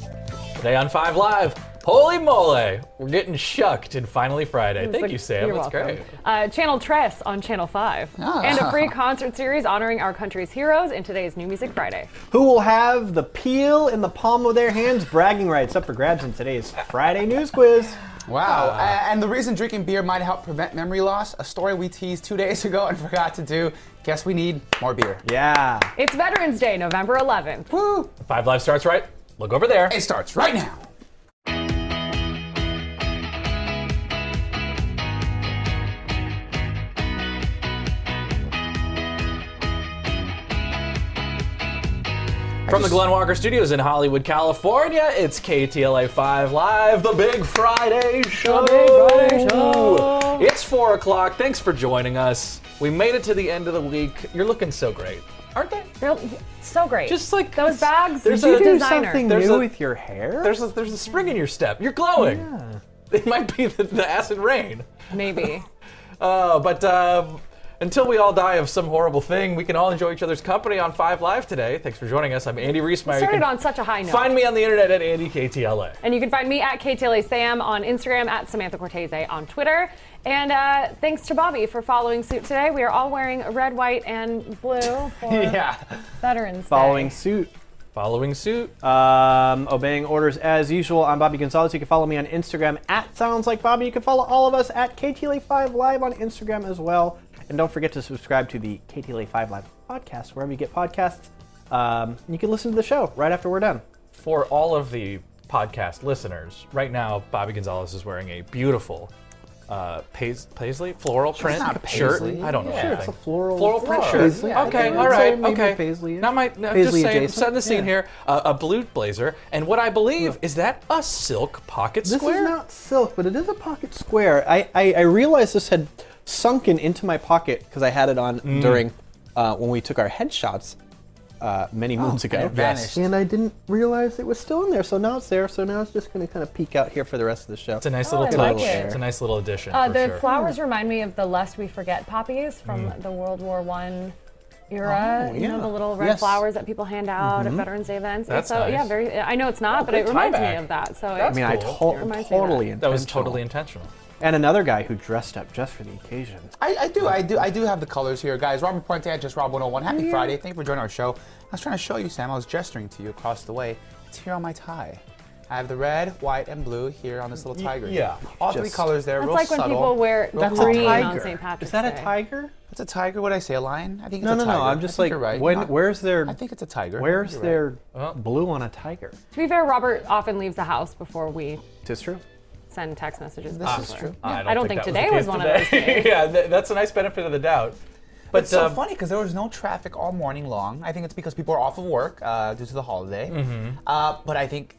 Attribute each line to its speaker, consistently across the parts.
Speaker 1: Thursday on Five Live. Holy moly, we're getting shucked and finally Friday. Thank
Speaker 2: like-
Speaker 1: you, Sam.
Speaker 2: you're
Speaker 1: That's
Speaker 2: welcome.
Speaker 1: great.
Speaker 2: Uh, Channel Tress on Channel 5. And a free concert series honoring our country's heroes in today's New Music Friday.
Speaker 3: Who will have the peel in the palm of their hands? Bragging rights up for grabs in today's Friday news quiz.
Speaker 4: Wow. Oh, A- and the reason drinking beer might help prevent memory loss, a story we teased two days ago and forgot to do. Guess we need more beer.
Speaker 3: Yeah.
Speaker 2: It's Veterans Day, November 11th.
Speaker 4: Woo!
Speaker 1: Five Live starts right. Look over there.
Speaker 4: It starts right now.
Speaker 1: From the Glenn Walker Studios in Hollywood, California, it's KTLA 5 Live, the Big Friday Show.
Speaker 2: Big Friday Show.
Speaker 1: It's 4 o'clock. Thanks for joining us. We made it to the end of the week. You're looking so great, aren't they?
Speaker 2: They're so great.
Speaker 1: Just like
Speaker 2: those bags,
Speaker 1: There's
Speaker 2: you
Speaker 1: a-
Speaker 3: Do
Speaker 2: designer.
Speaker 3: something
Speaker 1: There's
Speaker 3: new
Speaker 1: a-
Speaker 3: with your hair?
Speaker 1: There's a, there's a spring in your step. You're glowing. It might be the, the acid rain.
Speaker 2: Maybe.
Speaker 1: Uh, but uh, until we all die of some horrible thing, we can all enjoy each other's company on Five Live today. Thanks for joining us. I'm Andy Reesmeyer. You
Speaker 2: Started
Speaker 1: can
Speaker 2: on such a high note.
Speaker 1: Find me on the internet at AndyKTLA.
Speaker 2: And you can find me at KTLA Sam on Instagram, at Samantha Cortese on Twitter. And uh, thanks to Bobby for following suit today. We are all wearing red, white, and blue for
Speaker 4: Yeah.
Speaker 2: Veterans Day.
Speaker 3: Following suit.
Speaker 1: Following suit. uh,
Speaker 3: Um, obeying orders as usual. I'm Bobby Gonzalez. You can follow me on Instagram at Sounds Like Bobby. You can follow all of us at KTLA5 Live on Instagram as well. And don't forget to subscribe to the KTLA5 Live podcast, wherever you get podcasts. Um, you can listen to the show right after we're done.
Speaker 1: for all of the podcast listeners, right now Bobby Gonzalez is wearing a beautiful uh, pais- paisley floral print
Speaker 4: not
Speaker 1: shirt.
Speaker 4: paisley.
Speaker 1: I don't know. that
Speaker 4: Yeah. Sure, it's
Speaker 1: thing.
Speaker 3: a floral-
Speaker 1: floral print
Speaker 3: Floral.
Speaker 1: shirt.
Speaker 3: Paisley, I
Speaker 1: Okay,
Speaker 3: think.
Speaker 1: all
Speaker 3: I'd say
Speaker 1: right,
Speaker 3: maybe
Speaker 1: okay.
Speaker 3: paisley is-
Speaker 1: Not my. No, I'm
Speaker 3: paisley
Speaker 1: just saying,
Speaker 3: adjacent,
Speaker 1: setting the scene
Speaker 3: yeah.
Speaker 1: here. Uh, a blue blazer, and what I believe is that a silk pocket
Speaker 3: This
Speaker 1: square.
Speaker 3: is not silk, but it is a pocket square. I, I, I realized this had sunken into my pocket because I had it on
Speaker 1: Mm.
Speaker 3: during uh, when we took our headshots uh,
Speaker 1: Oh,
Speaker 3: many months ago.
Speaker 4: and it vanished.
Speaker 3: And I didn't realize it was still in there, so now it's there. So now it's just going to kind of peek out here for the rest of the show.
Speaker 1: it's a nice
Speaker 2: Oh,
Speaker 1: little
Speaker 2: I
Speaker 1: touch.
Speaker 2: like it.
Speaker 1: It's a nice little addition.
Speaker 2: Uh,
Speaker 1: for
Speaker 2: the
Speaker 1: sure.
Speaker 2: flowers remind me of the "Lest We Forget" poppies from the World War One era.
Speaker 3: Oh,
Speaker 2: You know
Speaker 3: yeah.
Speaker 2: the little red
Speaker 3: Yes.
Speaker 2: flowers that people hand out at Veterans Day events. And
Speaker 1: That's
Speaker 2: so yeah,
Speaker 1: nice.
Speaker 2: very. I know it's not, but
Speaker 1: good
Speaker 2: it reminds me
Speaker 1: tieback.
Speaker 2: of that. So
Speaker 3: I
Speaker 2: it's
Speaker 3: mean, I
Speaker 1: cool.
Speaker 3: to-
Speaker 2: It reminds me of
Speaker 3: totally
Speaker 2: that.
Speaker 1: that was
Speaker 3: intentional.
Speaker 1: totally intentional.
Speaker 3: And another guy who dressed up just for the occasion.
Speaker 4: I, I do, I do, I do have the colors here, guys. Robert Puente at Just Rob 101. Happy Friday. Thank you for joining our show. I was trying to show you, Sam. I was gesturing to you across the way. It's here on my tie. I have the red, white, and blue here on this little tiger.
Speaker 1: yeah.
Speaker 4: All three
Speaker 3: Just-
Speaker 4: colors there.
Speaker 2: That's
Speaker 4: real
Speaker 2: like when
Speaker 4: subtle,
Speaker 2: people wear
Speaker 4: real
Speaker 2: That's a
Speaker 4: calm.
Speaker 2: green on tiger. St. Patrick's
Speaker 3: Is that
Speaker 2: Day.
Speaker 3: a tiger?
Speaker 4: It's a tiger. Would I say a lion? I think it's
Speaker 3: No,
Speaker 4: a
Speaker 3: no,
Speaker 4: tiger.
Speaker 3: no.
Speaker 4: I
Speaker 3: I'm just
Speaker 4: think
Speaker 3: like,
Speaker 4: you're right.
Speaker 3: when,
Speaker 4: Not-
Speaker 3: where's their?
Speaker 4: I think it's a tiger.
Speaker 3: Where's
Speaker 4: You're right.
Speaker 3: their blue on a tiger?
Speaker 2: To be fair, Robert often leaves the house before we
Speaker 3: Tis true.
Speaker 2: send text messages.
Speaker 4: This
Speaker 2: back
Speaker 4: is
Speaker 2: to her.
Speaker 4: true.
Speaker 2: I don't think
Speaker 1: that
Speaker 2: today was,
Speaker 1: the
Speaker 2: one
Speaker 1: case
Speaker 2: of those.
Speaker 1: today.
Speaker 2: days.
Speaker 1: yeah, th- that's a nice benefit of the doubt. But
Speaker 4: It's so
Speaker 1: um,
Speaker 4: funny because there was no traffic all morning long. I think it's because people are off of work uh, due to the holiday.
Speaker 1: Mm-hmm.
Speaker 4: Uh, but I think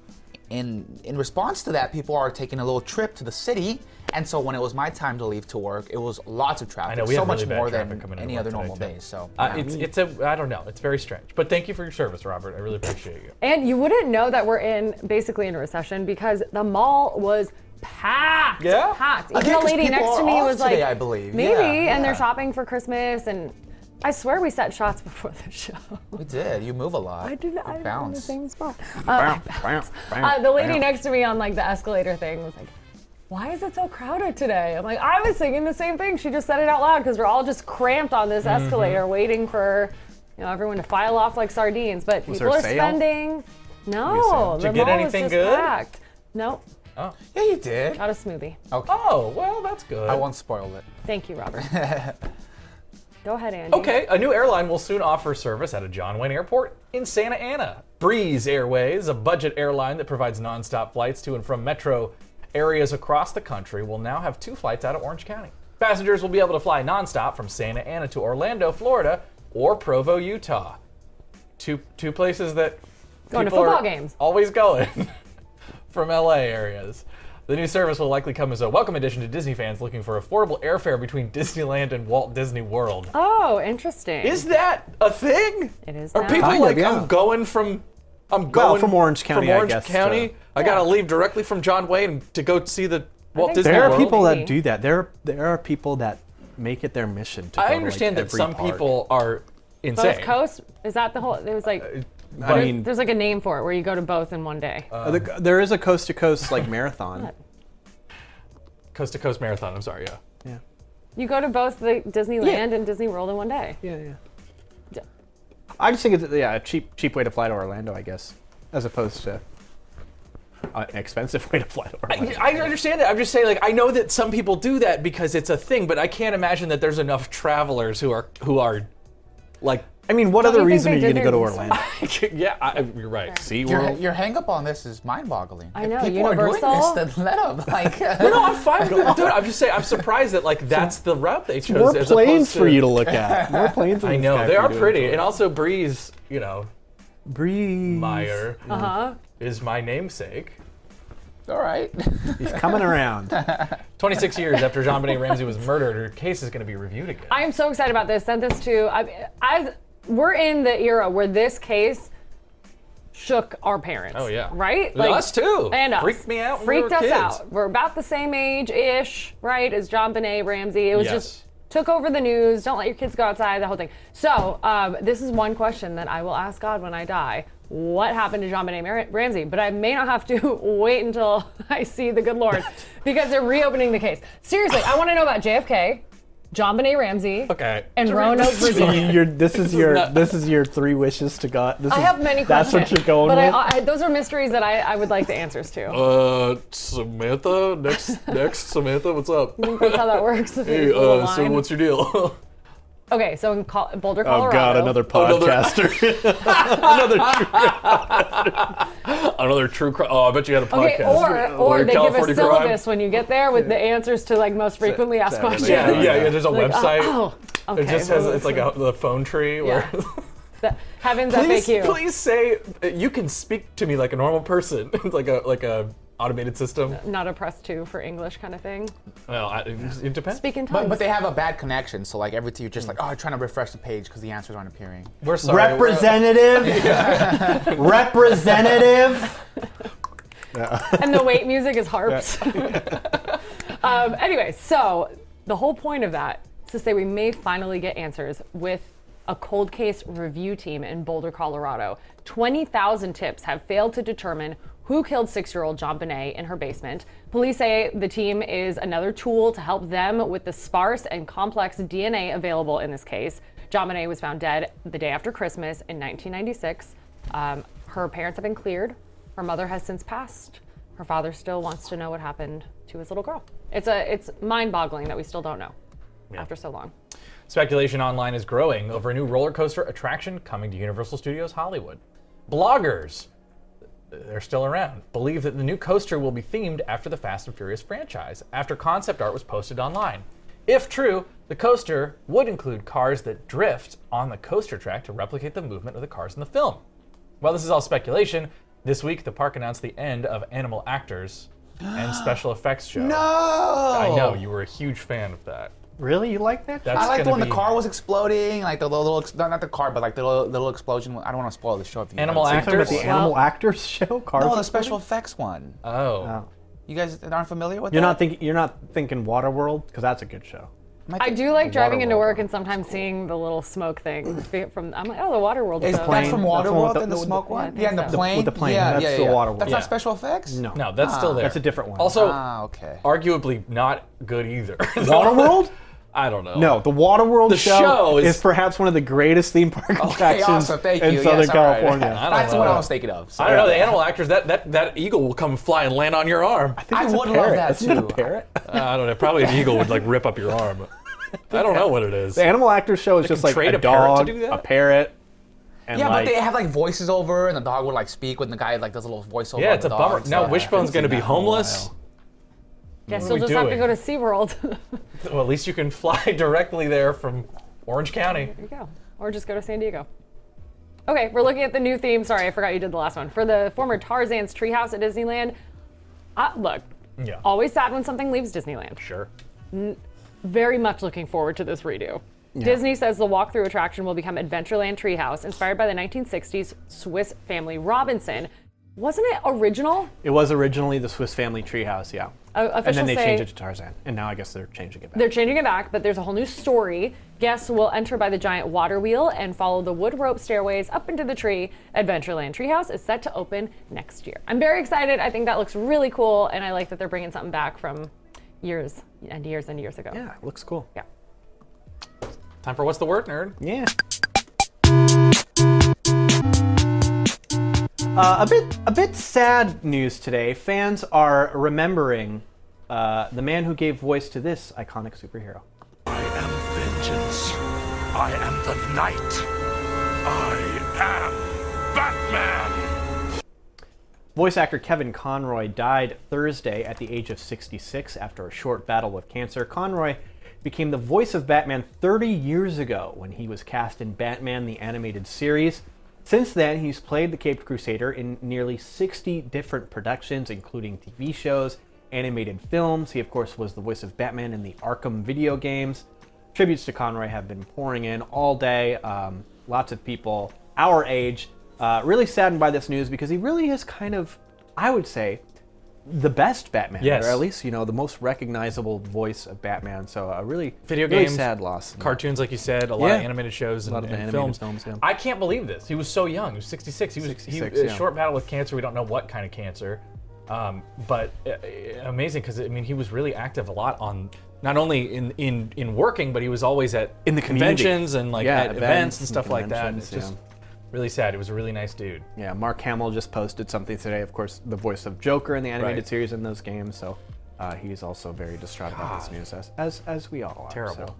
Speaker 4: in in response to that, people are taking a little trip to the city. And so when it was my time to leave to work, it was lots of traffic.
Speaker 1: I know we
Speaker 4: so
Speaker 1: have
Speaker 4: much
Speaker 1: really bad
Speaker 4: more
Speaker 1: traffic
Speaker 4: than
Speaker 1: coming into
Speaker 4: any
Speaker 1: work
Speaker 4: other
Speaker 1: today,
Speaker 4: normal
Speaker 1: too.
Speaker 4: days. So
Speaker 1: Uh,
Speaker 4: yeah.
Speaker 1: it's it's a I don't know. It's very strange. But thank you for your service, Robert. I really appreciate you.
Speaker 2: And you wouldn't know that we're in basically in a recession because the mall was packed.
Speaker 1: Yeah.
Speaker 2: Packed. Even
Speaker 4: Again,
Speaker 2: the
Speaker 4: 'cause
Speaker 2: lady
Speaker 4: people
Speaker 2: next to
Speaker 4: are
Speaker 2: me
Speaker 4: off
Speaker 2: was
Speaker 4: today,
Speaker 2: like,
Speaker 4: I believe.
Speaker 2: Maybe.
Speaker 4: Yeah,
Speaker 2: and
Speaker 4: yeah.
Speaker 2: they're shopping for Christmas. And I swear we set shots before the show.
Speaker 4: we did. You move a lot.
Speaker 2: I did.
Speaker 4: You
Speaker 2: I was in the
Speaker 4: bounce.
Speaker 2: same spot.
Speaker 3: Bow,
Speaker 2: Uh,
Speaker 3: bow, bow,
Speaker 2: uh, the lady
Speaker 3: bow.
Speaker 2: next to me on like the escalator thing was like, why is it so crowded today? I'm like, I was singing the same thing. She just said it out loud because we're all just cramped on this
Speaker 1: Mm-hmm.
Speaker 2: escalator waiting for you know everyone to file off like sardines. But people
Speaker 3: there
Speaker 2: are
Speaker 3: a sale?
Speaker 2: spending. No,
Speaker 3: sale?
Speaker 2: the
Speaker 1: Did you get
Speaker 2: mall
Speaker 1: anything
Speaker 2: was just
Speaker 1: good?
Speaker 2: packed. Nope,
Speaker 4: Yeah, you did.
Speaker 2: not a smoothie.
Speaker 1: Oh well, that's good.
Speaker 4: I won't spoil it.
Speaker 2: Thank you, Robert. Go ahead, Andy.
Speaker 1: Okay, a new airline will soon offer service at a John Wayne Airport in Santa Ana. Breeze Airways, a budget airline that provides nonstop flights to and from metro areas across the country, will now have two flights out of Orange County. Passengers will be able to fly nonstop from Santa Ana to Orlando, Florida, or Provo, Utah. Two two places that
Speaker 2: Going to
Speaker 1: people are
Speaker 2: football games.
Speaker 1: Always going from LA areas. The new service will likely come as a welcome addition to Disney fans looking for affordable airfare between Disneyland and Walt Disney World.
Speaker 2: Oh, interesting.
Speaker 1: Is that a thing?
Speaker 2: It is
Speaker 1: Are
Speaker 2: now.
Speaker 1: people
Speaker 3: Kind of,
Speaker 1: like
Speaker 3: yeah.
Speaker 1: I'm going from I'm going
Speaker 3: Well, from Orange County,
Speaker 1: From
Speaker 3: I
Speaker 1: Orange
Speaker 3: guess,
Speaker 1: County,
Speaker 3: to-
Speaker 1: I gotta leave directly from John Wayne to go see the Walt
Speaker 2: think
Speaker 1: Disney
Speaker 3: There are
Speaker 1: World.
Speaker 3: people
Speaker 2: Maybe.
Speaker 3: that do that. There there are people that make it their mission to. go
Speaker 1: I
Speaker 3: to, like,
Speaker 1: understand that
Speaker 3: every
Speaker 1: some
Speaker 3: park.
Speaker 1: people are insane. Uh,
Speaker 2: Both coasts? Is that the whole? It was like
Speaker 5: I mean,
Speaker 2: There's like a name for it where you go to both in one day.
Speaker 5: uh, the- there is a coast to coast like marathon.
Speaker 1: Coast to Coast Marathon. I'm sorry, yeah.
Speaker 5: Yeah.
Speaker 2: you go to both the Disneyland and Disney World in one day.
Speaker 5: Yeah, yeah.
Speaker 2: D-
Speaker 5: I just think it's yeah, a cheap cheap way to fly to Orlando, I guess, as opposed to uh, an expensive way to fly to Orlando.
Speaker 1: I understand that. I'm just saying, like, I know that some people do that because it's a thing, but I can't imagine that there's enough travelers who are who are, like,
Speaker 5: I mean, what
Speaker 2: you
Speaker 5: other
Speaker 2: think
Speaker 5: reason are
Speaker 2: they
Speaker 5: you going to
Speaker 2: did
Speaker 5: go to
Speaker 2: their
Speaker 5: Orlando?
Speaker 1: yeah, I, you're right.
Speaker 5: Sea
Speaker 4: Your,
Speaker 5: World.
Speaker 4: your hang up on this is mind boggling.
Speaker 2: I know,
Speaker 4: If people are
Speaker 2: Universal?
Speaker 4: doing this, then let them. Like,
Speaker 1: No, no, I'm fine with it. Dude, I'm just saying, I'm surprised that like that's the route they chose.
Speaker 5: More
Speaker 1: as
Speaker 5: planes
Speaker 1: opposed to,
Speaker 5: for you to look at. More planes. in
Speaker 1: I
Speaker 5: the
Speaker 1: know
Speaker 5: sky
Speaker 1: they
Speaker 5: for
Speaker 1: are
Speaker 5: you to
Speaker 1: pretty,
Speaker 5: enjoy.
Speaker 1: and also Breeze, you know,
Speaker 5: Breeze.
Speaker 1: Meyer
Speaker 2: Uh huh.
Speaker 1: is my namesake.
Speaker 4: all right.
Speaker 5: He's coming around.
Speaker 1: 26 years after Jean-Benet Ramsey was murdered, her case is going to be reviewed again.
Speaker 2: I am so excited about this. Sent this to I, as we're in the era where this case shook our parents.
Speaker 1: Oh, yeah.
Speaker 2: right?
Speaker 1: And us, too.
Speaker 2: and us.
Speaker 1: Freaked me out when we
Speaker 2: Freaked
Speaker 1: were
Speaker 2: us
Speaker 1: kids.
Speaker 2: out. We're about the same age ish, right? As John Benet Ramsey. It was
Speaker 1: Yes.
Speaker 2: just took over the news. Don't let your kids go outside. The whole thing. So um, this is one question that I will ask God when I die. What happened to John Benet Mar- Ramsey? But I may not have to wait until I see the good Lord because they're reopening the case. Seriously, I want to know about JFK, John Benet Ramsey,
Speaker 1: okay.
Speaker 2: and Roanoke, Virginia.
Speaker 5: Your- this is your
Speaker 1: not-
Speaker 5: this is your three wishes to God. This
Speaker 2: I
Speaker 5: is-
Speaker 2: have many
Speaker 5: That's
Speaker 2: questions.
Speaker 5: what you're going
Speaker 2: but
Speaker 5: with. Oh.
Speaker 2: I, I, those are mysteries that I, I would like the answers to.
Speaker 1: Uh, Samantha, next, next Samantha, what's up? uh,
Speaker 2: That's how that works.
Speaker 5: uh,
Speaker 2: Hey,
Speaker 1: your deal?
Speaker 2: okay, so in Col- Boulder,
Speaker 5: oh
Speaker 2: Colorado.
Speaker 5: God, another
Speaker 1: Another-
Speaker 5: podcaster. another
Speaker 1: Another true crime. Oh, I bet you had a podcast.
Speaker 2: Okay, or, or
Speaker 1: Like
Speaker 2: they
Speaker 1: California
Speaker 2: give a
Speaker 1: crime.
Speaker 2: syllabus when you get there with the answers to like most frequently asked
Speaker 5: Saturday
Speaker 2: questions.
Speaker 1: Yeah,
Speaker 5: Yeah,
Speaker 1: yeah,
Speaker 5: yeah.
Speaker 1: yeah, There's a
Speaker 2: Like,
Speaker 1: website.
Speaker 2: Oh, oh, okay.
Speaker 1: It just has it's like a the phone tree where
Speaker 2: Yeah. The heavens
Speaker 1: please,
Speaker 2: FAQ.
Speaker 1: please say you can speak to me like a normal person. It's like a like a automated system.
Speaker 2: Not a press two for English kind of thing.
Speaker 1: Well, I, it depends.
Speaker 2: Speak in tongues.
Speaker 4: But, but they have a bad connection, so like every two, you're just like, oh, trying to refresh the page because the answers aren't appearing.
Speaker 1: We're sorry. we're-
Speaker 5: representative. representative.
Speaker 2: and the wait music is harps. um, anyway, so the whole point of that is to say we may finally get answers with a cold case review team in Boulder, Colorado. 20,000 tips have failed to determine who killed six year old John Bonet in her basement. Police say the team is another tool to help them with the sparse and complex DNA available in this case. John Bonet was found dead the day after Christmas in 1996. Um, her parents have been cleared. Her mother has since passed. Her father still wants to know what happened to his little girl. It's a it's mind-boggling that we still don't know after so long.
Speaker 1: Speculation online is growing over a new roller coaster attraction coming to Universal Studios Hollywood. Bloggers, they're still around, believe that the new coaster will be themed after the Fast and Furious franchise after concept art was posted online. If true, the coaster would include cars that drift on the coaster track to replicate the movement of the cars in the film. While this is all speculation, this week the park announced the end of Animal Actors and Special Effects Show.
Speaker 4: Oh,
Speaker 1: I know, you were a huge fan of that.
Speaker 5: Really, you like that?
Speaker 1: That's
Speaker 4: I liked
Speaker 1: gonna
Speaker 4: when
Speaker 1: be-
Speaker 4: the car was exploding, like the little, little ex- not, not the car, but like the little, little explosion. I don't want to spoil the show. If you
Speaker 1: Animal
Speaker 4: haven't seen
Speaker 5: Talking
Speaker 4: it.
Speaker 5: about
Speaker 1: actors?
Speaker 5: the animal actors show. Cars
Speaker 4: No, the special effects one.
Speaker 1: Oh.
Speaker 4: You guys aren't familiar with
Speaker 5: Uh, You're
Speaker 4: that?
Speaker 5: not thinking. You're not thinking Waterworld because that's a good show.
Speaker 4: Am
Speaker 2: I
Speaker 4: think-
Speaker 2: do like driving into
Speaker 4: Waterworld
Speaker 2: work
Speaker 4: one.
Speaker 2: and sometimes seeing the little smoke thing be- from. I'm like, oh, the water world.
Speaker 4: Is
Speaker 2: is
Speaker 4: that's
Speaker 5: plane.
Speaker 4: from
Speaker 5: That's the one with
Speaker 4: Waterworld
Speaker 5: the-
Speaker 4: and the
Speaker 5: with the-
Speaker 4: smoke
Speaker 2: Yeah, I
Speaker 4: one?
Speaker 2: think
Speaker 4: Yeah, and the
Speaker 2: so.
Speaker 4: plane.
Speaker 5: With the plane,
Speaker 4: Yeah,
Speaker 5: that's
Speaker 4: yeah,
Speaker 5: the
Speaker 4: yeah.
Speaker 5: Waterworld.
Speaker 4: That's
Speaker 1: Yeah.
Speaker 4: not special effects.
Speaker 5: No.
Speaker 1: No, that's still there.
Speaker 5: That's a different one.
Speaker 1: Also,
Speaker 4: Ah, okay.
Speaker 1: arguably not good either.
Speaker 5: Waterworld?
Speaker 1: I don't know.
Speaker 5: No, the Waterworld
Speaker 1: The
Speaker 5: show,
Speaker 1: show is-
Speaker 5: is, perhaps one of the greatest theme park
Speaker 4: Okay,
Speaker 5: attractions
Speaker 4: awesome. Thank you.
Speaker 5: in
Speaker 4: Yes,
Speaker 5: Southern
Speaker 4: all right.
Speaker 5: California.
Speaker 1: I don't
Speaker 4: That's what
Speaker 1: know.
Speaker 4: I was thinking of.
Speaker 1: I don't know. The animal actors that that that eagle will come fly and land on your arm. I,
Speaker 4: I
Speaker 5: It's a
Speaker 4: would love
Speaker 5: parrot.
Speaker 4: that
Speaker 5: Isn't it a
Speaker 4: too.
Speaker 5: parrot?
Speaker 1: don't know. Probably an eagle would like rip up your arm. I don't know what it is.
Speaker 5: The animal actors show is just
Speaker 1: can
Speaker 5: like
Speaker 1: trade
Speaker 5: a,
Speaker 1: a parrot to
Speaker 5: dog,
Speaker 1: do that?
Speaker 5: a parrot, and
Speaker 4: Yeah,
Speaker 5: like
Speaker 4: but they have like voices over, and the dog would like speak when the guy like does a little voiceover.
Speaker 1: Yeah,
Speaker 4: on
Speaker 1: it's
Speaker 4: the
Speaker 1: a
Speaker 4: dog
Speaker 1: bummer.
Speaker 4: and
Speaker 1: Now
Speaker 4: stuff.
Speaker 1: Wishbone's going to be
Speaker 5: that in a while.
Speaker 1: homeless.
Speaker 2: Guess
Speaker 1: are
Speaker 2: you'll
Speaker 1: we
Speaker 2: just have to
Speaker 1: doing?
Speaker 2: go to SeaWorld. there
Speaker 1: Well, at least you can fly directly there from Orange County.
Speaker 2: you go, or just go to San Diego. Okay, we're looking at the new theme. Sorry, I forgot you did the last one for the former Tarzan's treehouse at Disneyland. Uh, look,
Speaker 1: Yeah.
Speaker 2: always sad when something leaves Disneyland.
Speaker 1: Sure.
Speaker 2: very much looking forward to this redo. Disney says the walkthrough attraction will become Adventureland Treehouse, inspired by the 1960s Swiss family Robinson. Wasn't it original?
Speaker 3: It was originally the Swiss Family Treehouse, yeah.
Speaker 2: Uh,
Speaker 3: and then
Speaker 2: officials
Speaker 3: they
Speaker 2: say-
Speaker 3: changed it to Tarzan, and now I guess they're changing it back.
Speaker 2: They're changing it back, but there's a whole new story. Guests will enter by the giant water wheel and follow the wood rope stairways up into the tree. Adventureland Treehouse is set to open next year. I'm very excited. I think that looks really cool, and I like that they're bringing something back from years and years and years ago.
Speaker 3: yeah, looks cool.
Speaker 2: Yeah.
Speaker 1: Time for what's the word, nerd?
Speaker 3: Yeah. Uh, a bit, a bit sad news today. Fans are remembering uh, the man who gave voice to this iconic superhero.
Speaker 5: I am vengeance. I am the knight. I am Batman.
Speaker 3: Voice actor Kevin Conroy died Thursday at the age of 66 after a short battle with cancer. Conroy became the voice of Batman 30 years ago when he was cast in Batman the Animated Series. Since then, he's played the Caped Crusader in nearly 60 different productions, including TV shows, animated films. He, of course, was the voice of Batman in the Arkham video games. Tributes to Conroy have been pouring in all day. Um, lots of people our age uh, really saddened by this news because he really is kind of, I would say, the best Batman,
Speaker 1: Yes.
Speaker 3: or at least you know the most recognizable voice of Batman. So a really
Speaker 1: Video
Speaker 3: really
Speaker 1: games,
Speaker 3: sad loss.
Speaker 1: Cartoons, like you said, a lot of
Speaker 3: Yeah.
Speaker 1: animated shows and,
Speaker 3: lot of
Speaker 1: and
Speaker 3: animated
Speaker 1: films.
Speaker 3: films, yeah.
Speaker 1: I can't believe this. He was so young. He was 66. He was
Speaker 3: 66,
Speaker 1: he, a
Speaker 3: yeah.
Speaker 1: short battle with cancer. We don't know what kind of cancer, um, but uh, uh, amazing because I mean he was really active a lot on not only in in in working, but he was always at
Speaker 3: In the community.
Speaker 1: conventions and like
Speaker 3: Yeah,
Speaker 1: at
Speaker 3: events
Speaker 1: events, and
Speaker 3: and
Speaker 1: stuff like that. It's
Speaker 3: conventions,
Speaker 1: just really sad. He was a really nice dude.
Speaker 3: Yeah, Mark Hamill just posted something today. Of course, the voice of Joker in the animated
Speaker 1: Right.
Speaker 3: series in those games. So uh, he's also very distraught about this news, as as, as we all are.
Speaker 1: Terrible.
Speaker 3: so.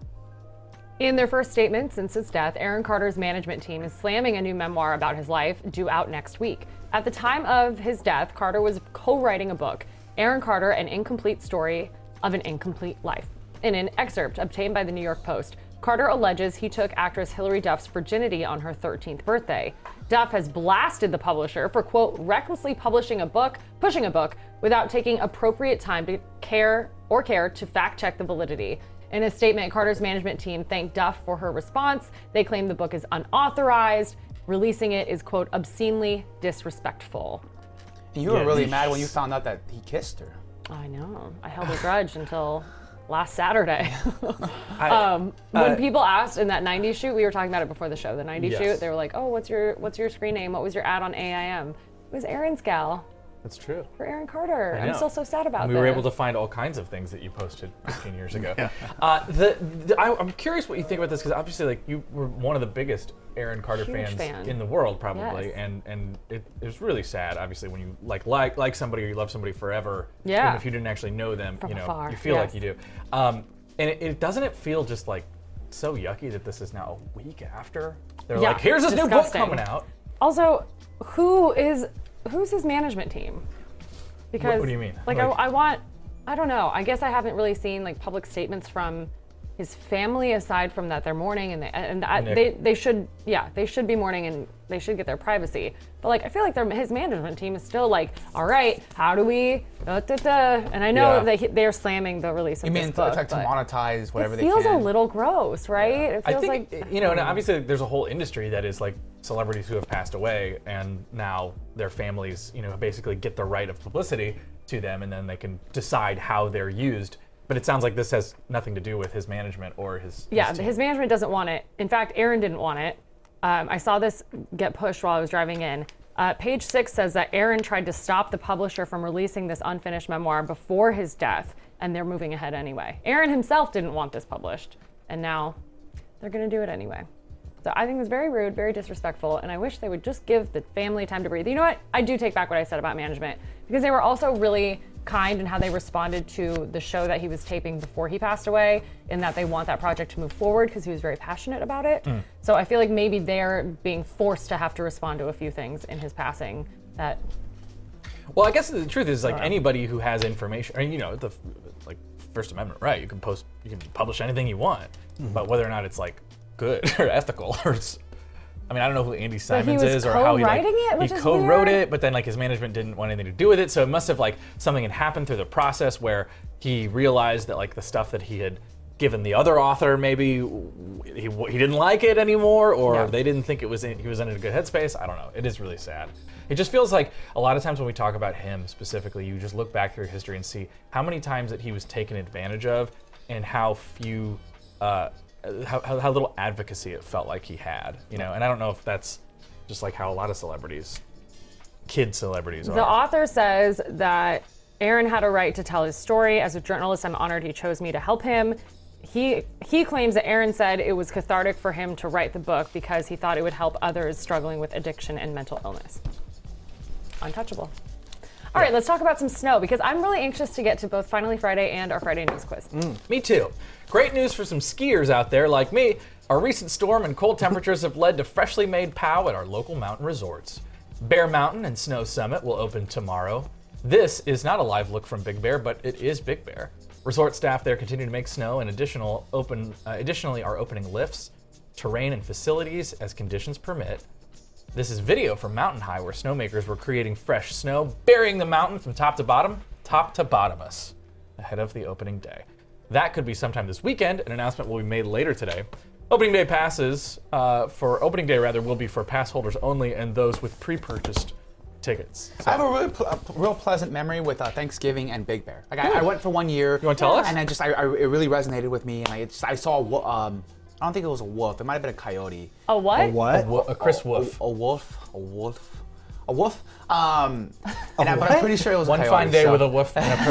Speaker 2: In their first statement since his death, Aaron Carter's management team is slamming a new memoir about his life due out next week. At the time of his death, Carter was co writing a book, Aaron Carter An Incomplete Story of an Incomplete Life. In an excerpt obtained by the New York Post, Carter alleges he took actress Hilary Duff's virginity on her 13th birthday. Duff has blasted the publisher for, quote, recklessly publishing a book, pushing a book, without taking appropriate time to care or care to fact check the validity. In a statement, Carter's management team thanked Duff for her response. They claim the book is unauthorized. Releasing it is, quote, obscenely disrespectful.
Speaker 4: And you were
Speaker 3: Yeah.
Speaker 4: really mad when you found out that he kissed her.
Speaker 2: I know. I held a grudge until last Saturday.
Speaker 1: Uh, I-
Speaker 2: when
Speaker 1: Uh,
Speaker 2: people asked in that 90s shoot, we were talking about it before the show, the 90s
Speaker 1: Yes.
Speaker 2: shoot, they were like, oh, what's your what's your screen name? What was your ad on AIM? It was Aaron's gal
Speaker 1: that's true.
Speaker 2: for Aaron Carter.
Speaker 1: I
Speaker 2: I'm
Speaker 1: know.
Speaker 2: still so sad about
Speaker 1: And we
Speaker 2: this.
Speaker 1: were able to find all kinds of things that you posted 15 years ago. uh, the, the- I, am curious what you think about this because obviously, like you were one of the biggest Aaron Carter
Speaker 2: Huge
Speaker 1: fans
Speaker 2: fan.
Speaker 1: in the world, probably,
Speaker 2: Yes.
Speaker 1: and and it, it was really sad. Obviously, when you like like like somebody or you love somebody forever,
Speaker 2: Yeah.
Speaker 1: even if you didn't actually know them,
Speaker 2: From
Speaker 1: you know,
Speaker 2: afar,
Speaker 1: you feel like
Speaker 2: yes.
Speaker 1: you do. Um, and it, it doesn't it feel just like so yucky that this is now a week after they're
Speaker 2: Yeah,
Speaker 1: like, here's this new book
Speaker 2: disgusting.
Speaker 1: coming out.
Speaker 2: Also, who is who's his management team? Because
Speaker 1: do you mean?
Speaker 2: Like,
Speaker 1: Like-
Speaker 2: I, I want, I don't know. I guess I haven't really seen like public statements from his family aside from that they're mourning and they and I,
Speaker 1: Nick.
Speaker 2: they they should yeah they should be mourning and they should get their privacy. But like I feel like their, his management team is still like, all right, how do we? Da, da, da. And I
Speaker 1: Yeah.
Speaker 2: know they they're slamming the release of
Speaker 4: You mean
Speaker 2: this
Speaker 4: it's
Speaker 2: book.
Speaker 4: like to
Speaker 2: but
Speaker 4: monetize whatever
Speaker 2: it
Speaker 4: they can?
Speaker 2: feels a little gross, right? It
Speaker 1: I
Speaker 2: feels
Speaker 1: think eh,
Speaker 2: like
Speaker 1: you know, and obviously there's a whole industry that is like celebrities who have passed away, and now their families, you know, basically get the right of publicity to them, and then they can decide how they're used. But it sounds like this has nothing to do with his management or his.
Speaker 2: Yeah,
Speaker 1: his team.
Speaker 2: his management doesn't want it. In fact, Aaron didn't want it. Um, I saw this get pushed while I was driving in. Uh, page six says that Aaron tried to stop the publisher from releasing this unfinished memoir before his death, and they're moving ahead anyway. Aaron himself didn't want this published, and now they're going to do it anyway. So I think it's very rude, very disrespectful, and I wish they would just give the family time to breathe. You know what? I do take back what I said about management because they were also really kind in how they responded to the show that he was taping before he passed away, in that they want that project to move forward because he was very passionate about it. So I feel like maybe they're being forced to have to respond to a few things in his passing that
Speaker 1: Well, I guess the truth is like anybody who has information, I mean, you know, the f- like First Amendment right. You can post, you can publish anything you want, but whether or not it's like good or ethical or. s- I mean, I don't know who Andy Simons
Speaker 2: was
Speaker 1: is or how he like,
Speaker 2: co-writing it, which
Speaker 1: he
Speaker 2: is
Speaker 1: co-wrote
Speaker 2: weird.
Speaker 1: it, but then like his management didn't want anything to do with it. So it must have like something had happened through the process where he realized that like the stuff that he had given the other author maybe he, he didn't like it anymore or
Speaker 2: Yeah.
Speaker 1: they didn't think it was in, he was in a good headspace. I don't know. It is really sad. It just feels like a lot of times when we talk about him specifically, you just look back through history and see how many times that he was taken advantage of and how few uh, how, how, how little advocacy it felt like he had, you know. And I don't know if that's just like how a lot of celebrities, kid celebrities,
Speaker 2: The
Speaker 1: are.
Speaker 2: author says that Aaron had a right to tell his story. As a journalist, I'm honored he chose me to help him. He he claims that Aaron said it was cathartic for him to write the book because he thought it would help others struggling with addiction and mental illness. Untouchable. All right, let's talk about some snow because I'm really anxious to get to both Finally Friday and our Friday news quiz.
Speaker 1: Me too. Great news for some skiers out there like me. Our recent storm and cold temperatures have led to freshly made POW at our local mountain resorts. Bear Mountain and Snow Summit will open tomorrow. This is not a live look from Big Bear, but it is Big Bear. Resort staff there continue to make snow and additional open, uh, additionally are opening lifts, terrain, and facilities as conditions permit. This is video from Mountain High where snowmakers were creating fresh snow, burying the mountain from top to bottom, top to bottomus, ahead of the opening day. That could be sometime this weekend. An announcement will be made later today. Opening day passes uh, for opening day rather will be for pass holders only and those with pre-purchased tickets. So-
Speaker 4: I have a really pl- a real pleasant memory with uh, Thanksgiving and Big Bear. Like I, I went for one year. You
Speaker 1: wanna tell us?
Speaker 4: And I just I, I it really resonated with me, and I just, I saw a wo- um I don't think it was a wolf. It might have been a coyote.
Speaker 2: A what?
Speaker 5: A what?
Speaker 1: Wo- a Chris Wolf.
Speaker 4: A, a wolf. A wolf. A wolf. Um, and I, but I'm
Speaker 5: what?
Speaker 4: pretty sure it was
Speaker 1: One
Speaker 4: a coyote,
Speaker 1: fine day
Speaker 4: so-
Speaker 1: with a woof and a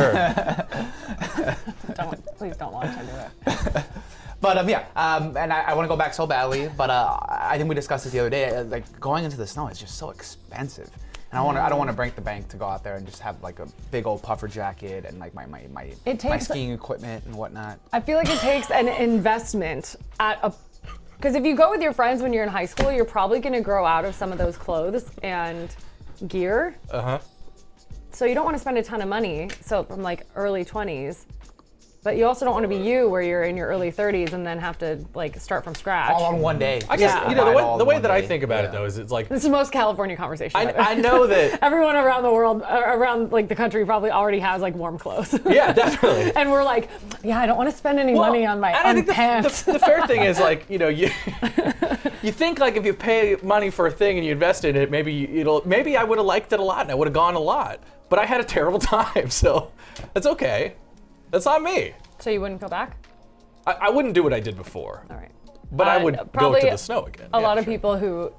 Speaker 1: purr.
Speaker 2: Don't, please don't launch into it.
Speaker 4: But um, yeah, um, and I, I want to go back so badly, but uh, I think we discussed this the other day. uh, Like going into the snow is just so expensive, and I want to. I don't want to break the bank to go out there and just have like a big old puffer jacket and like my my my,
Speaker 2: It
Speaker 4: my
Speaker 2: takes-
Speaker 4: skiing equipment and whatnot.
Speaker 2: I feel like it takes an investment at a because if you go with your friends when you're in high school, you're probably going to grow out of some of those clothes and gear. Uh
Speaker 1: Uh-huh.
Speaker 2: huh. So you don't want to spend a ton of money. So from like early 20s, but you also don't want to be you where you're in your early 30s and then have to like start from scratch.
Speaker 4: All on one day.
Speaker 1: I guess
Speaker 2: Yeah.
Speaker 1: you know the
Speaker 4: Buy it all
Speaker 1: way, the
Speaker 4: in
Speaker 1: way
Speaker 4: one
Speaker 1: that I
Speaker 4: day.
Speaker 1: think about it
Speaker 4: Yeah.
Speaker 1: though is it's like
Speaker 2: This is the most California conversation.
Speaker 1: I,
Speaker 2: ever.
Speaker 1: I know that
Speaker 2: Everyone around the world, uh, around like the country, probably already has like warm clothes.
Speaker 1: yeah definitely.
Speaker 2: and we're like, yeah, I don't want to spend any
Speaker 1: Well,
Speaker 2: money on my
Speaker 1: and I
Speaker 2: on
Speaker 1: think the-
Speaker 2: pants.
Speaker 1: The, the fair thing is like you know you you think like if you pay money for a thing and you invest in it, maybe you- it'll maybe I would have liked it a lot and I would have gone a lot, but I had a terrible time, so that's okay. That's not me.
Speaker 2: so you wouldn't go back.
Speaker 1: I, I wouldn't do what I did before,
Speaker 2: All right.
Speaker 1: but I
Speaker 2: Uh,
Speaker 1: would go
Speaker 2: probably
Speaker 1: to the snow again.
Speaker 2: A
Speaker 1: Yeah,
Speaker 2: lot of
Speaker 1: sure.
Speaker 2: people who